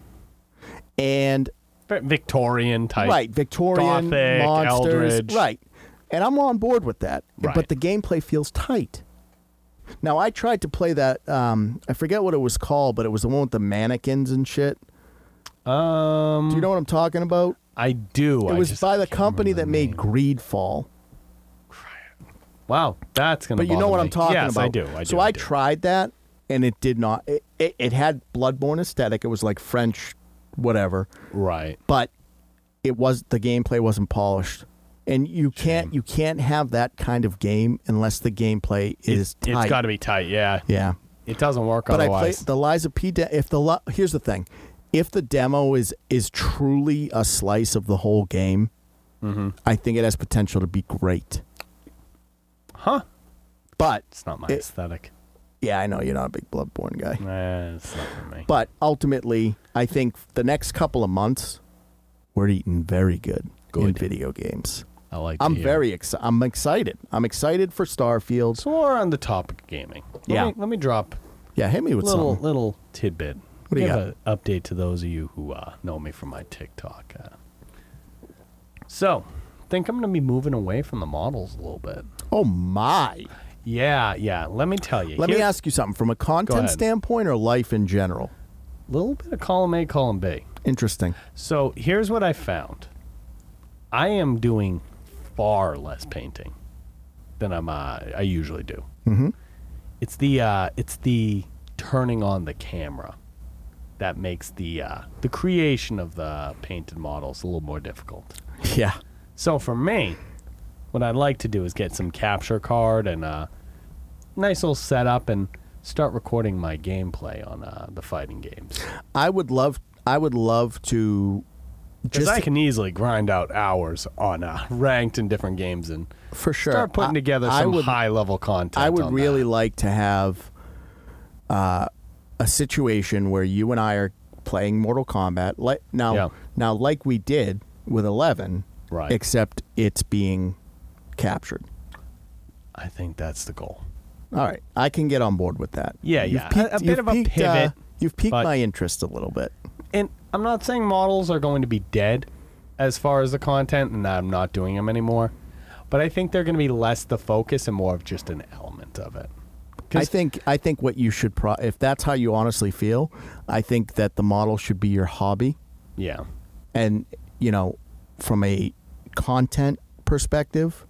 and Very Victorian type. right Victorian Gothic, monsters Eldritch. right, and I'm on board with that. Right. But the gameplay feels tight. Now I tried to play that. Um, I forget what it was called, but it was the one with the mannequins and shit. Um, Do you know what I'm talking about? I do. It I was just by the can't company that remember made Greedfall. the name. Wow, that's gonna. But you know bother what me. I'm talking yes, about. I do. I do. So I, do. tried that, and it did not. It, it, it had Bloodborne aesthetic. It was like French, whatever. Right. but it was the gameplay wasn't polished and you can't you can't have that kind of game unless the gameplay is It, tight. has got to be tight. Yeah. yeah It doesn't work but i otherwise. play the liza p de- if the li- here's the thing if the demo is is truly a slice of the whole game Mm-hmm. i think it has potential to be great huh? but It's not my It- aesthetic. yeah i know you're not a big bloodborne guy Mm. Nah, it's not for me. but ultimately i think the next couple of months we're eating very good, in Good. video games I like. to I'm hear. very excited. I'm excited. I'm excited for Starfield. So we're on the topic of gaming. Let Yeah. Me, let me drop Yeah, hit me with little something. little tidbit. What do you Give got? an update to those of you who uh, know me from my TikTok. Uh, so, think I'm going to be moving away from the models a little bit. Oh my! Yeah, yeah. Let me tell you. Let me here- ask you something from a Go content ahead. standpoint or life in general. little bit of column A, column B. *laughs* Interesting. So here's what I found. I am doing far less painting than I'm uh, I usually do. Mm-hmm. It's the uh, it's the turning on the camera that makes the uh, the creation of the painted models a little more difficult. Yeah. So for me, What I'd like to do is get some capture card and a nice little setup and start recording my gameplay on uh, the fighting games. I would love. I would love to. Because Just I can easily grind out hours on uh, ranked in different games and for sure. start putting I- together I some would, high level content. I on would that. really like to have uh, a situation where you and I are playing Mortal Kombat. Like now, Yeah. now like we did with Eleven, Right. Except it's being captured. I think that's the goal. All right, I can get on board with that. Yeah, You've yeah. A- piqued- a bit you've of a piqued, uh, pivot, you've piqued but- my interest a little bit. and I'm not saying models are going to be dead as far as the content, and I'm not doing them anymore. But I think they're going to be less the focus and more of just an element of it. I 'Cause- think I think what you should pro- if that's how you honestly feel, I think that the model should be your hobby yeah, and you know, from a content perspective,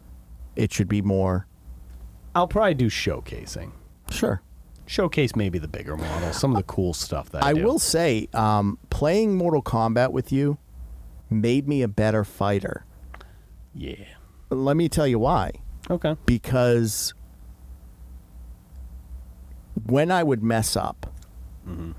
it should be more I'll probably do showcasing. sure. Showcase maybe the bigger models, some of the cool stuff that I, I do. will say um, playing Mortal Kombat with you made me a better fighter. Yeah. Let me tell you why. Okay. because when I would mess up, Mm-hmm.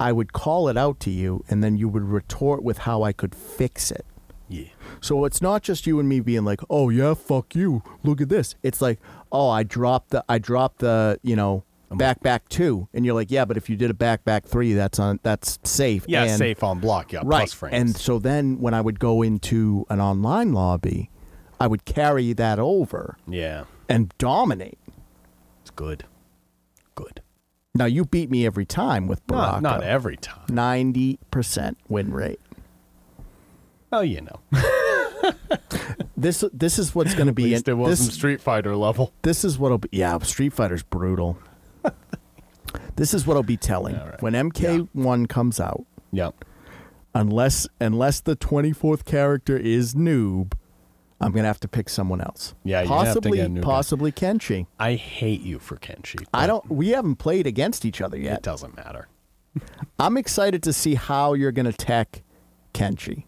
I would call it out to you, and then you would retort with how I could fix it. Yeah. So it's not just you and me being like, "Oh yeah, fuck you, look at this." It's like, "Oh, I dropped the, I dropped the, you know, back back two, and you're like, "Yeah, but if you did a back back three, that's on, that's safe." Yeah. and, safe on block. Yeah. right. Plus frames. And so then when I would go into an online lobby, I would carry that over yeah, and dominate. it's good. Good. Now you beat me every time with Baraka. Not, not every time. Ninety percent win rate. Oh, you know. This this is *laughs* what's going to At be. least it wasn't this, Street Fighter level. this is what'll be. Yeah, Street Fighter's *laughs* brutal. this is what'll be telling All right. when MK one comes out. Yep. Unless unless the twenty fourth character is noob, I'm gonna have to pick someone else. Yeah, you're gonna have to possibly get a new guy. possibly Kenshi. I hate you for Kenshi. I but don't. We haven't played against each other It yet. doesn't matter. I'm excited to see how you're gonna tech Kenshi.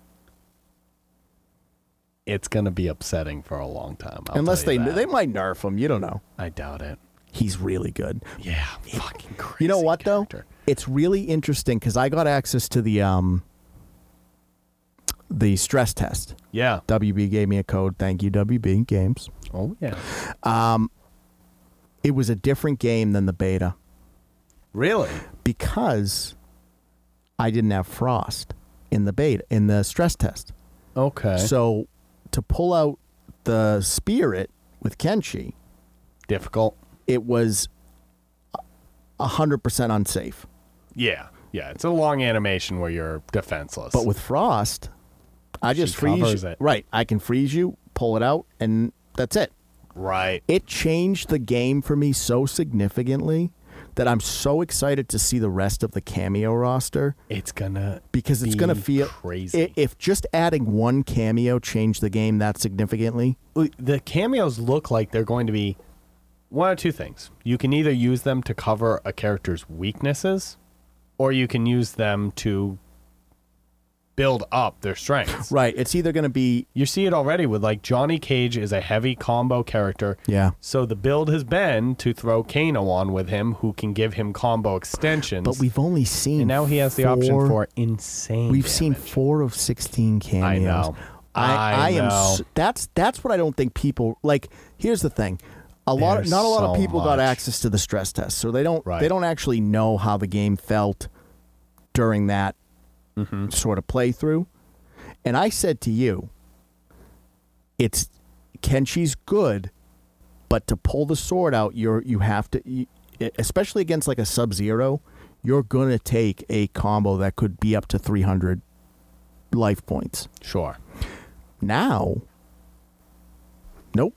it's gonna be upsetting for a long time. I'll Unless tell they you that. they might nerf him. You don't know. I doubt it. He's really good. Yeah, *laughs* fucking crazy. You know what character. though? It's really interesting because I got access to the um the stress test. Yeah. WB gave me a code. Thank you, WB Games. Oh yeah. It was a different game than the beta Really? because I didn't have frost in the beta in the stress test. Okay. So to pull out the spirit with Kenshi, difficult. it was a hundred percent unsafe. Yeah. Yeah. It's a long animation where you're defenseless. But with frost, I just She freeze covers you. it. Right, I can freeze you, pull it out, and that's it. right. It changed the game for me so significantly that I'm so excited to see the rest of the cameo roster It's gonna because it's going to Be feel crazy. i- If just adding one cameo changed the game that significantly, the cameos look like they're going to be one or two things. You can either use them to cover a character's weaknesses, or you can use them to build up their *laughs* strengths. right? It's either going to be You see it already with like Johnny Cage is a heavy combo character. yeah, So the build has been to throw Kano on with him, who can give him combo extensions. but we've only seen and now he has the option four- for insane. We've seen damage. four of sixteen cameos. know. I, I am. know. s- That's that's what I don't think people like. Here's the thing: a lot, There's not a lot of so people got much. access to the stress test, so they don't Right. they don't actually know how the game felt during that sort of playthrough. And I said to you, it's Kenshi's good, but to pull the sword out, you're you have to, you, e, especially against like a Sub Zero, you're gonna take a combo that could be up to three hundred life points. sure. Now, nope.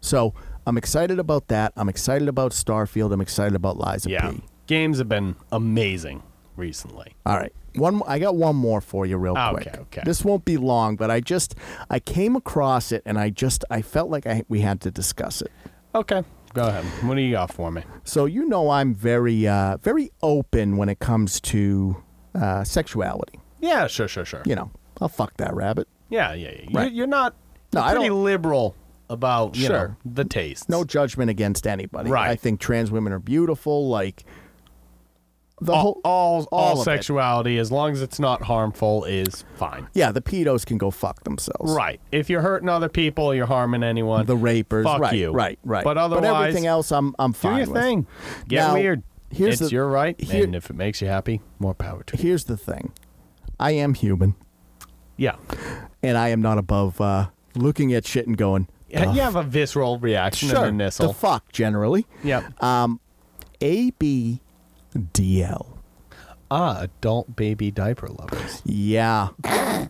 So I'm excited about that. I'm excited about Starfield. I'm excited about Liza Yeah, P. games have been amazing recently. All right. One I got one more for you real Okay, quick. Ah, okay. This won't be long, but I just I came across it and I just I felt like I we had to discuss it. Okay, go ahead. What do you got for me? So you know I'm very uh very open when it comes to uh sexuality. Yeah, sure, sure, sure. You know, I'll fuck that rabbit. Yeah, yeah, yeah. Right. You're, you're not. No, you're I pretty don't- liberal about you Sure. know, the taste. no judgment against anybody. Right. I think trans women are beautiful. Like the all whole, all, all all of it. sexuality, as long as it's not harmful, is fine. Yeah, the pedos can go fuck themselves. Right. If you're hurting other people, you're harming anyone. The rapers. Fuck right. you. Right. Right. But otherwise, but everything else, I'm I'm do fine your with. thing. Get Now, weird. here's it's the- your right, here- and if it makes you happy, more power to you. Here's the thing, I am human, Yeah. and I am not above uh, looking at shit and going. Yeah, You have a visceral reaction Sure. and a The nissle. fuck generally. yep. A B D L. ah, adult baby diaper lovers. *laughs* Yeah. I'm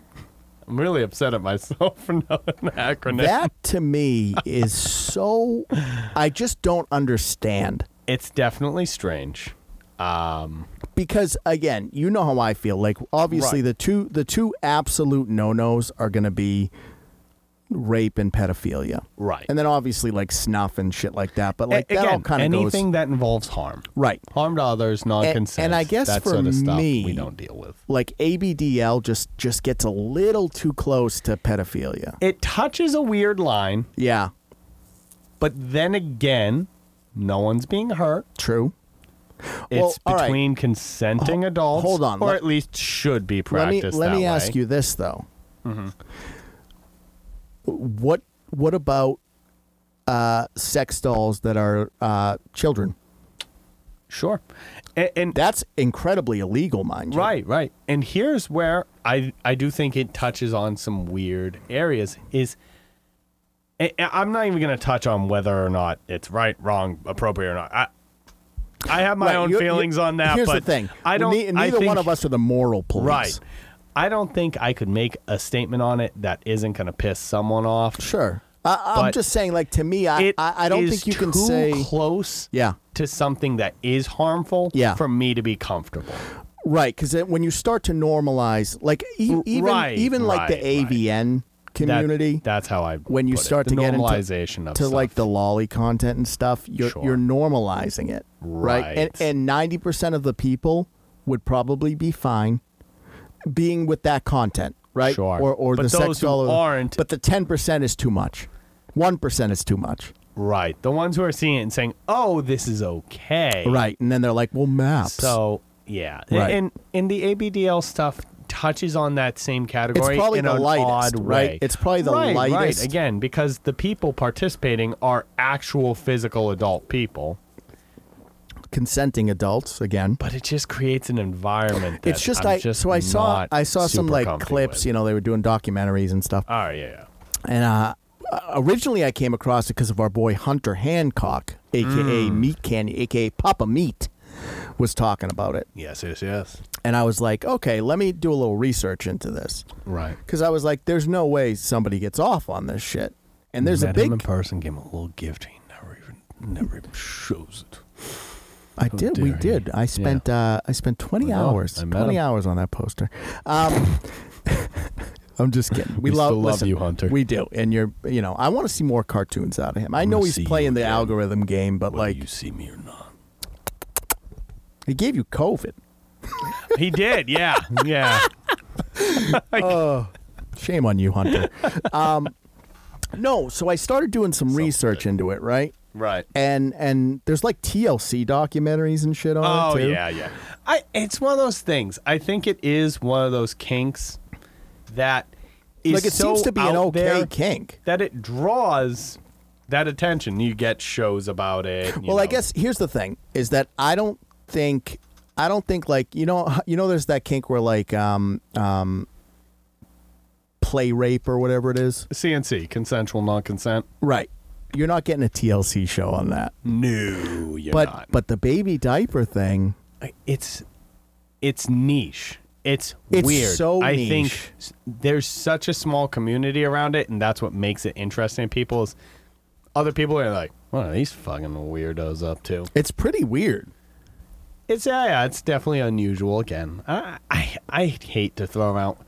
really upset at myself *laughs* for not an acronym. That to me is so I just don't understand. it's definitely strange. Um, because again, you know how I feel. Like obviously Right. the two the two absolute no nos are gonna be rape and pedophilia. Right. And then obviously like snuff and shit like that. But like A- that all again, kind of goes anything that involves harm, right. harm to others, non-consent, and I guess that for sort of stuff me- we don't deal with. Like ABDL just just gets a little too close to pedophilia. It touches a weird line, Yeah. but then again, no one's being hurt. True. Well, It's all right. between consenting adults, hold on, or let- at least should be Let me practiced. let that me way. Mm-hmm. ask you this though. What what about uh, sex dolls that are uh, children? Sure, and, and That's incredibly illegal, mind you. Right, right. And here's where I I do think it touches on some weird areas is I- I'm not even going to touch on whether or not it's right, wrong, appropriate or not. I I have my Right, own you- you- feelings on that, Here's but the thing: I don't. Ne- I neither think- one of us are the moral police. Right. I don't think I could make a statement on it that isn't going to piss someone off. Sure. I, I'm But just saying, like to me, I It I, I don't is think you can too say. close. Yeah. To something that is harmful. Yeah. For me to be comfortable. Right, because when you start to normalize, like e- even right, even like the right, right. AVN That- community, that's how I when you put it. start to The get into normalization of to stuff. like the lolly content and stuff, you're Sure. you're normalizing it, right? Right. And and ninety percent of the people would probably be fine being with that content, right? Sure. Or or But the those sex who doll- aren't- But the ten percent is too much. One percent is too much, Right. The ones who are seeing it and saying, "Oh, this is okay." right? And then they're like, "Well, maps." So, yeah. Right. And and the ABDL stuff touches on that same it's category probably in the an lightest, odd right? way. It's probably the right, lightest. right. Again, because the people participating are actual physical adult people, Consenting adults again. but it just creates an environment that It's just I'm I so I saw not I saw some super like comfy clips, with. you know, they were doing documentaries and stuff. All right, yeah, yeah. And uh, originally, I came across it because of our boy Hunter Hancock, aka Mm. Meat Candy, aka Papa Meat, was talking about it, Yes, yes, yes. and I was like, okay, let me do a little research into this Right. because I was like, there's no way somebody gets off on this shit, and there's a Met him in big. person, gave him a little gift. He never even never even shows it. I did, we oh, dare he. did. I spent uh, I spent 20 know. hours, I met 20 him. hours on that poster. Um, *laughs* I'm just kidding. We, We love still love listen, you, Hunter. We do, and you're, you know, I want to see more cartoons out of him. I know gonna he's see you playing the again, algorithm game, but like, see me or not. He gave you COVID. He did, yeah, *laughs* yeah. Shame on you, *laughs* Hunter. um, no, so I started doing some research into it, right? Right. And and there's like TLC documentaries and shit on Oh it too. yeah, yeah. I it's one of those things. I think it is one of those kinks that is like it so seems to be an out okay there kink. that it draws that attention. You get shows about it. you Well, I know. guess here's the thing: is that I don't think I don't think like you know *laughs* you know there's that kink where like um um play rape or whatever it is. CNC consensual non-consent. Right. You're not getting a TLC show on that. No, you're But not. but the baby diaper thing. it's it's niche. It's, It's weird. so I niche. think s- there's such a small community around it, and that's what makes it interesting. to People is other people are like, "What are these fucking weirdos up to?" It's pretty weird. It's yeah, yeah it's definitely unusual. Again, I I, I hate to throw out.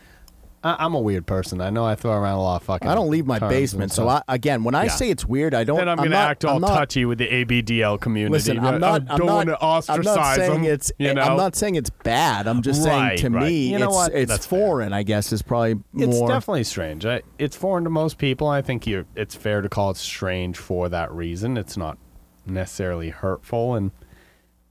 I, I'm a weird person. I know I throw around a lot of fucking. I don't leave my terms and basement, so stuff. I, again, when I Yeah. say it's weird, I don't. Then I'm, going to not- act all I'm not- touchy with the ABDL community. Listen, but I'm not. I I'm don't not, want to ostracize I'm not saying them, it's. You know? I'm not saying it's bad. I'm just Right, saying to right. me, You know it's what? it's That's fair. foreign. I guess is probably It's more. definitely strange. I, it's foreign to most people. I think you're, it's fair to call it strange for that reason. It's not necessarily hurtful, and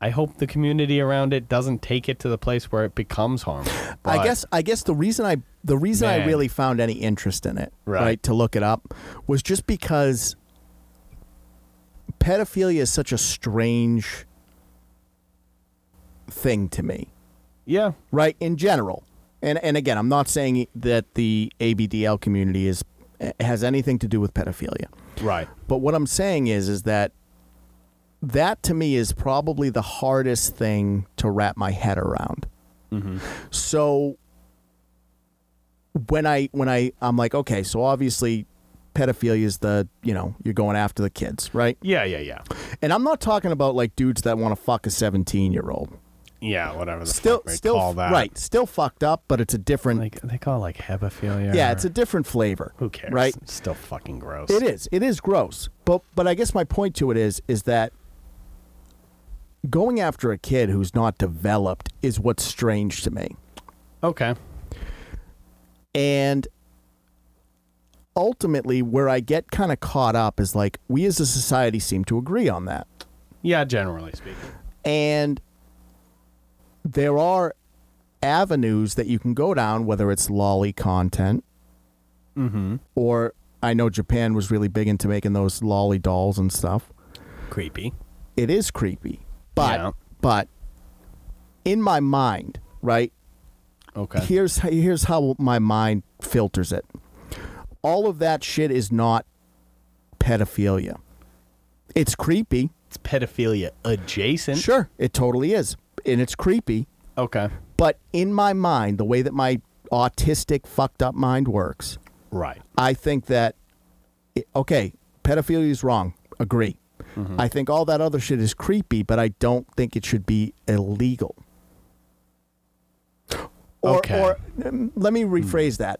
I hope the community around it doesn't take it to the place where it becomes harmful. I But guess I guess the reason I the reason I Man. really found any interest in it, Right. to look it up was just because pedophilia is such a strange thing to me, yeah, right? In general. And and again, I'm not saying that the ABDL community is has anything to do with pedophilia. right. But what I'm saying is is that that to me is probably the hardest thing to wrap my head around. Mm-hmm. So when I when I I'm like, okay, so obviously pedophilia is the, you know, you're going after the kids, right? Yeah, yeah, yeah, And I'm not talking about like dudes that want to fuck a 17-year-old. yeah. Whatever. The Still fuck they still call that. right, still fucked up, but it's a different Like they call it like hebephilia. yeah, it's or- a different flavor. who cares? Right? It's still fucking gross. It is. It is gross. But but I guess my point to it is is that going after a kid who's not developed is what's strange to me. Okay. And ultimately where I get kind of caught up is like we as a society seem to agree on that. Yeah, generally speaking. And there are avenues that you can go down, whether it's lolly content, Mm-hmm. or I know Japan was really big into making those lolly dolls and stuff. Creepy. It is creepy, but Yeah. but in my mind, right? Okay. Here's here's how my mind filters it. All of that shit is not pedophilia. It's creepy. It's pedophilia adjacent. Sure, it totally is, and it's creepy. Okay. But in my mind, the way that my autistic, fucked up mind works, Right. I think that, it- okay, pedophilia is wrong. Agree. Mm-hmm. I think all that other shit is creepy, but I don't think it should be illegal. Or, Okay. Hmm. or mm, let me rephrase that.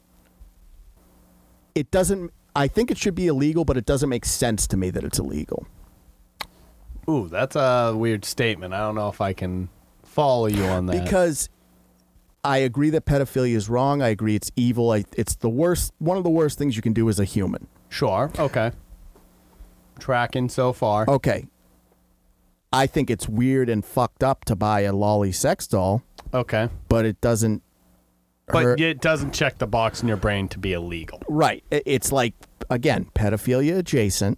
It doesn't, I think it should be illegal, but it doesn't make sense to me that it's illegal. Ooh, that's a weird statement. I don't know if I can follow you on that. because I agree that pedophilia is wrong. I agree it's evil. I, it's the worst. One of the worst things you can do as a human. sure. Okay. Tracking so far. Okay. I think it's weird and fucked up to buy a lolly sex doll, Okay. but it doesn't. But hurt- it doesn't check the box in your brain to be illegal. right. I- It's like again pedophilia adjacent,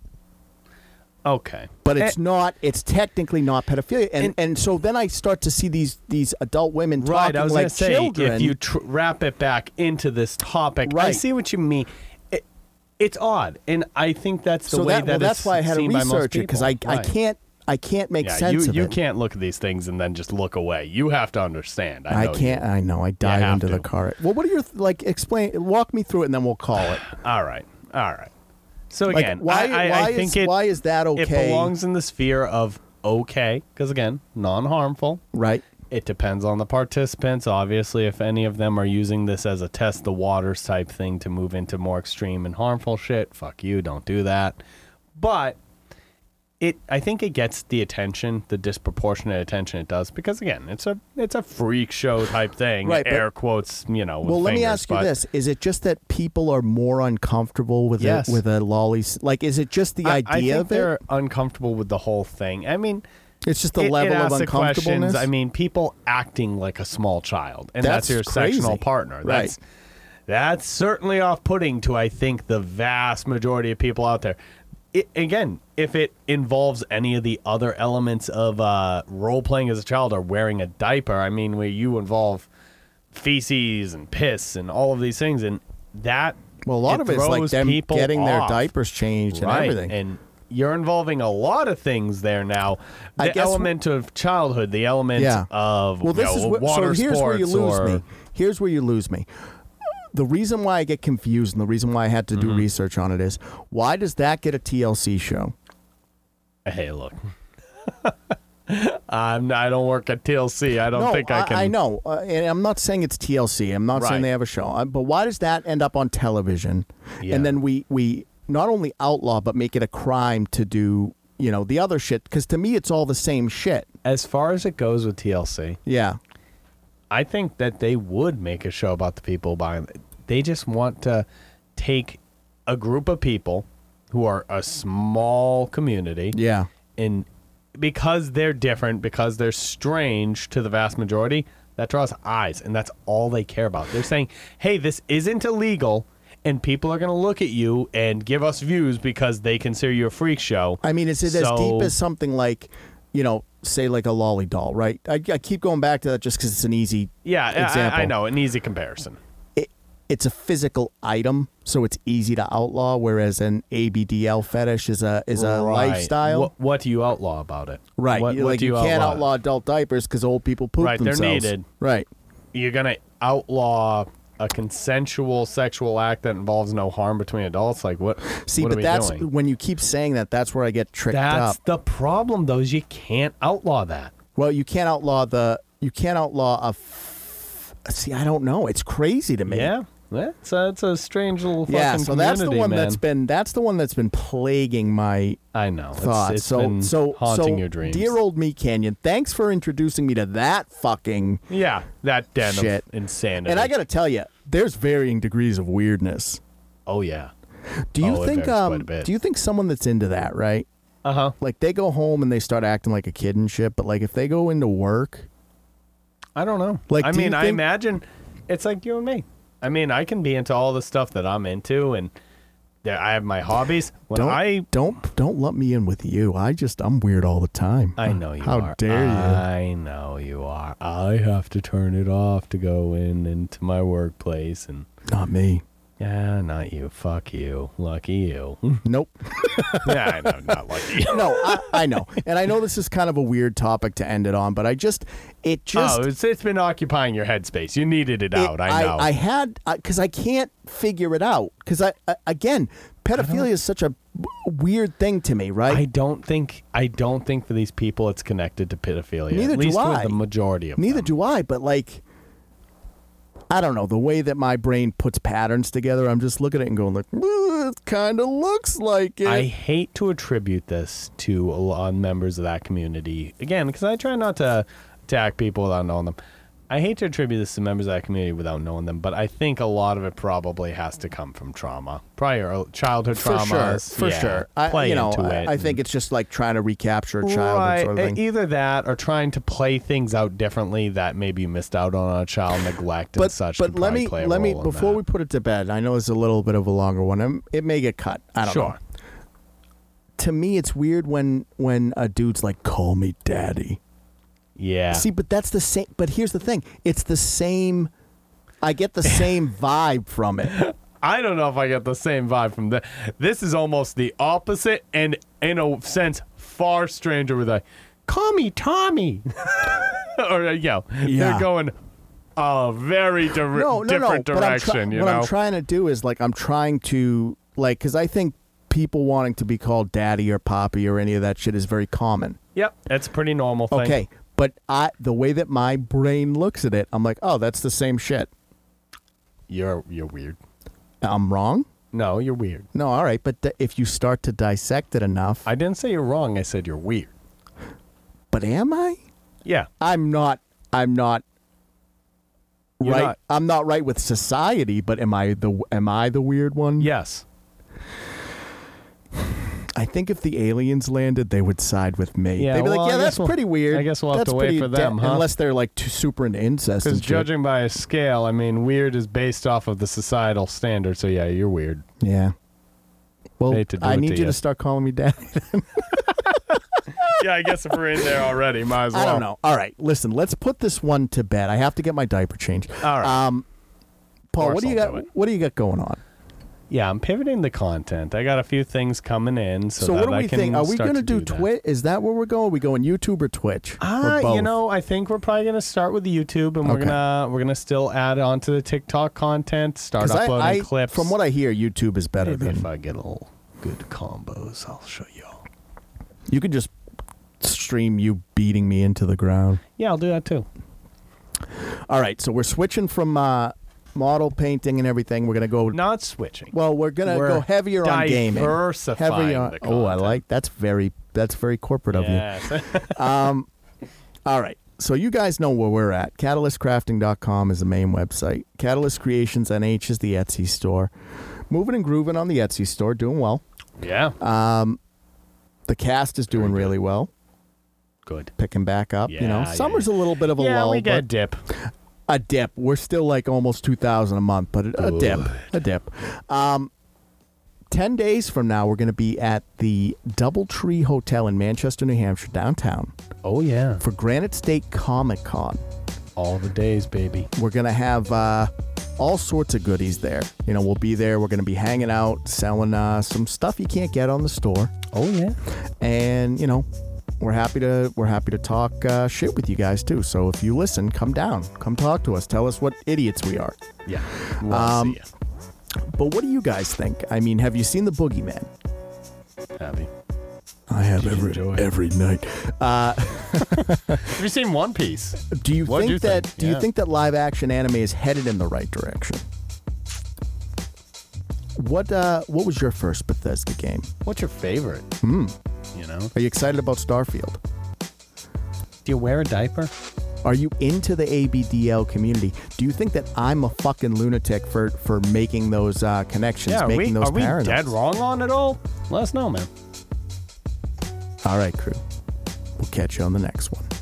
Okay. but it's Eh, not. It's technically not pedophilia, and and, so then I start to see these these adult women talking right. I was like gonna say children. if you tr- wrap it back into this topic, I Right. see what you mean. It, it's odd, and I think that's the so way that, well, that that's it's why I had to seen by most research it because I people. I Right. can't I can't make Yeah, sense you, of you it. can't look at these things and then just look away. You have to understand. I, I know you. can't. I know. I dive have into the to. car. Well, what are your th- like? Explain. Walk me through it, and then we'll call it. All right. All right. So Like, again, why? I, I, why I think is it, why is that okay? it belongs in the sphere of okay, because again, non harmful. right. It depends on the participants. Obviously, if any of them are using this as a test the waters type thing to move into more extreme and harmful shit, fuck you, don't do that. But it I think it gets the attention, the disproportionate attention it does, because again, it's a it's a freak show type thing. Right, but- air quotes, you know. With Well, let me fingers, ask you but- this: Is it just that people are more uncomfortable with Yes. a, with a lolly? s- Like, is it just the I- idea I think of they're it? uncomfortable with the whole thing. I mean, It's just the it- it level of asks the uncomfortableness. questions. I mean, people acting like a small child, and that's, That's your crazy. sectional partner. That's that's certainly off-putting to I think the vast majority of people out there. It, again, if it involves any of the other elements of uh, role playing as a child or wearing a diaper, I mean, where you involve feces and piss and all of these things, and that well, a lot of it's like throws them people getting their off. diapers changed Right, and everything. And you're involving a lot of things there now. The I guess w- element of childhood, the element Yeah. of well, you this is know, what, water so. Here's sports where you lose or, *laughs* me. Here's where you lose me. The reason why I get confused and the reason why I had to do Mm-hmm. research on it is why does that get a TLC show? Hey, look. *laughs* I'm, I don't work at TLC. I don't no, think I, can. I know, uh, and I'm not saying it's TLC. I'm not Right. saying they have a show, Uh, but why does that end up on television? Yeah. And then we we not only outlaw but make it a crime to do you know the other shit because to me it's all the same shit. As far as it goes with TLC, Yeah, I think that they would make a show about the people behind. They just want to take a group of people who are a small community. yeah, and because they're different, because they're strange to the vast majority, that draws eyes, and that's all they care about. They're saying, "Hey, this isn't illegal." And people are going to look at you and give us views because they consider you a freak show. I mean, is it as So- deep as something like, you know, say like a lolly doll, right? I, I keep going back to that just because it's an easy yeah, I- example. I, I know an easy comparison. It, it's a physical item, so it's easy to outlaw. Whereas an ABDL fetish is a is a Right. lifestyle, What, what do you outlaw about it? right? What, you, what like do you, can't outlaw? outlaw adult diapers because old people poop Right, they're themselves. needed. Right. You're going to outlaw a consensual sexual act that involves no harm between adults. Like what? See, what are but we that's doing? when you keep saying that. That's where I get tricked That's up. the problem, though, is you can't outlaw that. Well, you can't outlaw the. You can't outlaw a. F- See, I don't know. It's crazy to me. Yeah. That's a, that's a strange little fucking Yeah, so that's the community, one man. that's been that's the one that's been plaguing my I know. It's- thoughts. it's so been so haunting so, your dreams. dear old me, Canyon. Thanks for introducing me to that fucking. yeah, that den Shit. of insanity. And I gotta tell you, there's varying degrees of weirdness. oh yeah. Do you Oh, it think varies quite um a bit. do you think someone that's into that right? Uh huh. Like they go home and they start acting like a kid and shit, but like if they go into work, I don't know. Like, I do you mean, I think- imagine it's like you and me. I mean, I can be into all the stuff that I'm into, and there, I have my hobbies. When don't I don't don't let me in with you. I just I'm weird all the time. I know you How are. Uh, dare you? I know you are. I have to turn it off to go in into my workplace, and Not me. yeah, not you. Fuck you. Lucky you. *laughs* Nope. yeah, I know, not *laughs* lucky. No, I, I know, and I know this is kind of a weird topic to end it on, but I just it just oh, it's, it's been occupying your headspace. You needed it, it- out. I know. I, had because I, can't figure it out because I, I again pedophilia is such a w- weird thing to me, right? I don't think. I don't think for these people it's connected to pedophilia. Neither at do least I. For the majority of Neither them. do I, but like. I don't know the way that my brain puts patterns together. I'm just looking at it and going like, "Well, it kind of looks like it. I hate to attribute this to a lot of members of that community again because I try not to attack people without knowing them. I hate to attribute this to members of that community without knowing them, but I think a lot of it probably has to come from trauma, prior childhood for sure, traumas. for yeah, sure. I, play you know, into I, it I and- think it's just like trying to recapture a child right. sort of thing. e- Either that or trying to play things out differently that maybe you missed out on a child neglect and but such. but could let probably me play a let me role in before we that. put it to bed. I know it's a little bit of a longer one. i it may get cut. I don't know. sure. To me, it's weird when when a dude's like, "Call me daddy." Yeah. See, but that's the same. But here's the thing: it's the same. I get *laughs* the same vibe from it. I don't know if I get the same vibe from that. This is almost the opposite, and in a sense, far stranger with a call me Tommy. *laughs* or, uh, you know, Yeah. they're going a very dire- No, no, no. different But I'm direction, try- you what know? I'm trying to do is like I'm trying to like because I think people wanting to be called daddy or poppy or any of that shit is very common. yep, that's a pretty normal thing. Okay, but I the way that my brain looks at it, I'm like, oh, that's the same shit. You're, you're weird. I'm wrong. No, you're weird. No, all right, but th- if you start to dissect it enough, I didn't say you're wrong. I said you're weird. but am I? Yeah. I'm not. I'm not. You're right. not. I'm not right with society, but am I the am I the weird one? Yes. I think if the aliens landed, they would side with me. Yeah, They'd be well, like, I "Yeah, that's guess we'll- pretty weird." I guess we'll have That's to wait pretty for them, huh?" Unless they're like too, super into incest. Because and shit. judging by a scale, I mean, weird is based off of the societal standard. So yeah, you're weird. yeah. Well, Hate to do I it to need you ya. to start calling me *laughs* dad. *laughs* yeah, I guess if we're in there already, might as I don't know. All right, listen. Let's put this one to bed. I have to get my diaper changed. All right. Um, Paul, Uh, course what do you I'll got? do it. what do you got going on? yeah, I'm pivoting the content. I got a few things coming in, so, So, that what do I we can think? Are we going gonna to do, that. Twitch? Is that where we're going? Are we going YouTube or Twitch? Or Ah, you both? know, I think we're probably going to start with the YouTube, and we're Okay. gonna we're gonna still add on to the TikTok content, start 'Cause I- uploading I- clips. From what I hear, YouTube is better maybe if than I get a little good combos, I'll show y'all. you can just stream you beating me into the ground. Yeah, I'll do that too. All right, so we're switching from uh, model painting and everything. We're gonna go. Not switching. Well, we're gonna We're go heavier on gaming. diversifying Heavier on- the oh, I content. like that's very that's very corporate of you. Yes. *laughs* Um, all right. So you guys know where we're at. CatalystCrafting.com is the main website. Catalyst Creations NH is the Etsy store. Moving and grooving on the Etsy store, doing well. yeah. Uh, The cast is doing really well, Good. picking back up. you know, Yeah, yeah, summer's a little bit of a Yeah, lull, we got a but dip. a dip. We're still like almost two thousand a month, but a, a dip, Good. a dip. Um, ten days from now, we're going to be at the DoubleTree Hotel in Manchester, New Hampshire, downtown, Oh yeah. for Granite State Comic Con. All the days, baby. We're going to have uh, all sorts of goodies there. You know, we'll be there. We're going to be hanging out, selling uh, some stuff you can't get on the store. Oh yeah. And, you know, we're happy to we're happy to talk uh, shit with you guys too. So if you listen, come down, come talk to us, tell us what idiots we are. Yeah. We'll Um, see But what do you guys think? I mean, have you seen the Boogeyman? ya. Happy. I have Did you every- enjoy it? every night. Have you seen One Piece? Do you What do think you that think? do Yeah. you think that live action anime is headed in the right direction? What uh, what was your first Bethesda game? What's your favorite? You know. Are you excited about Starfield? Do you wear a diaper? Are you into the ABDL community? Do you think that I'm a fucking lunatic for for making those uh, connections, yeah. Are making we, those are we parallels? dead wrong on it all? Let us know, man. All right, crew. We'll catch you on the next one.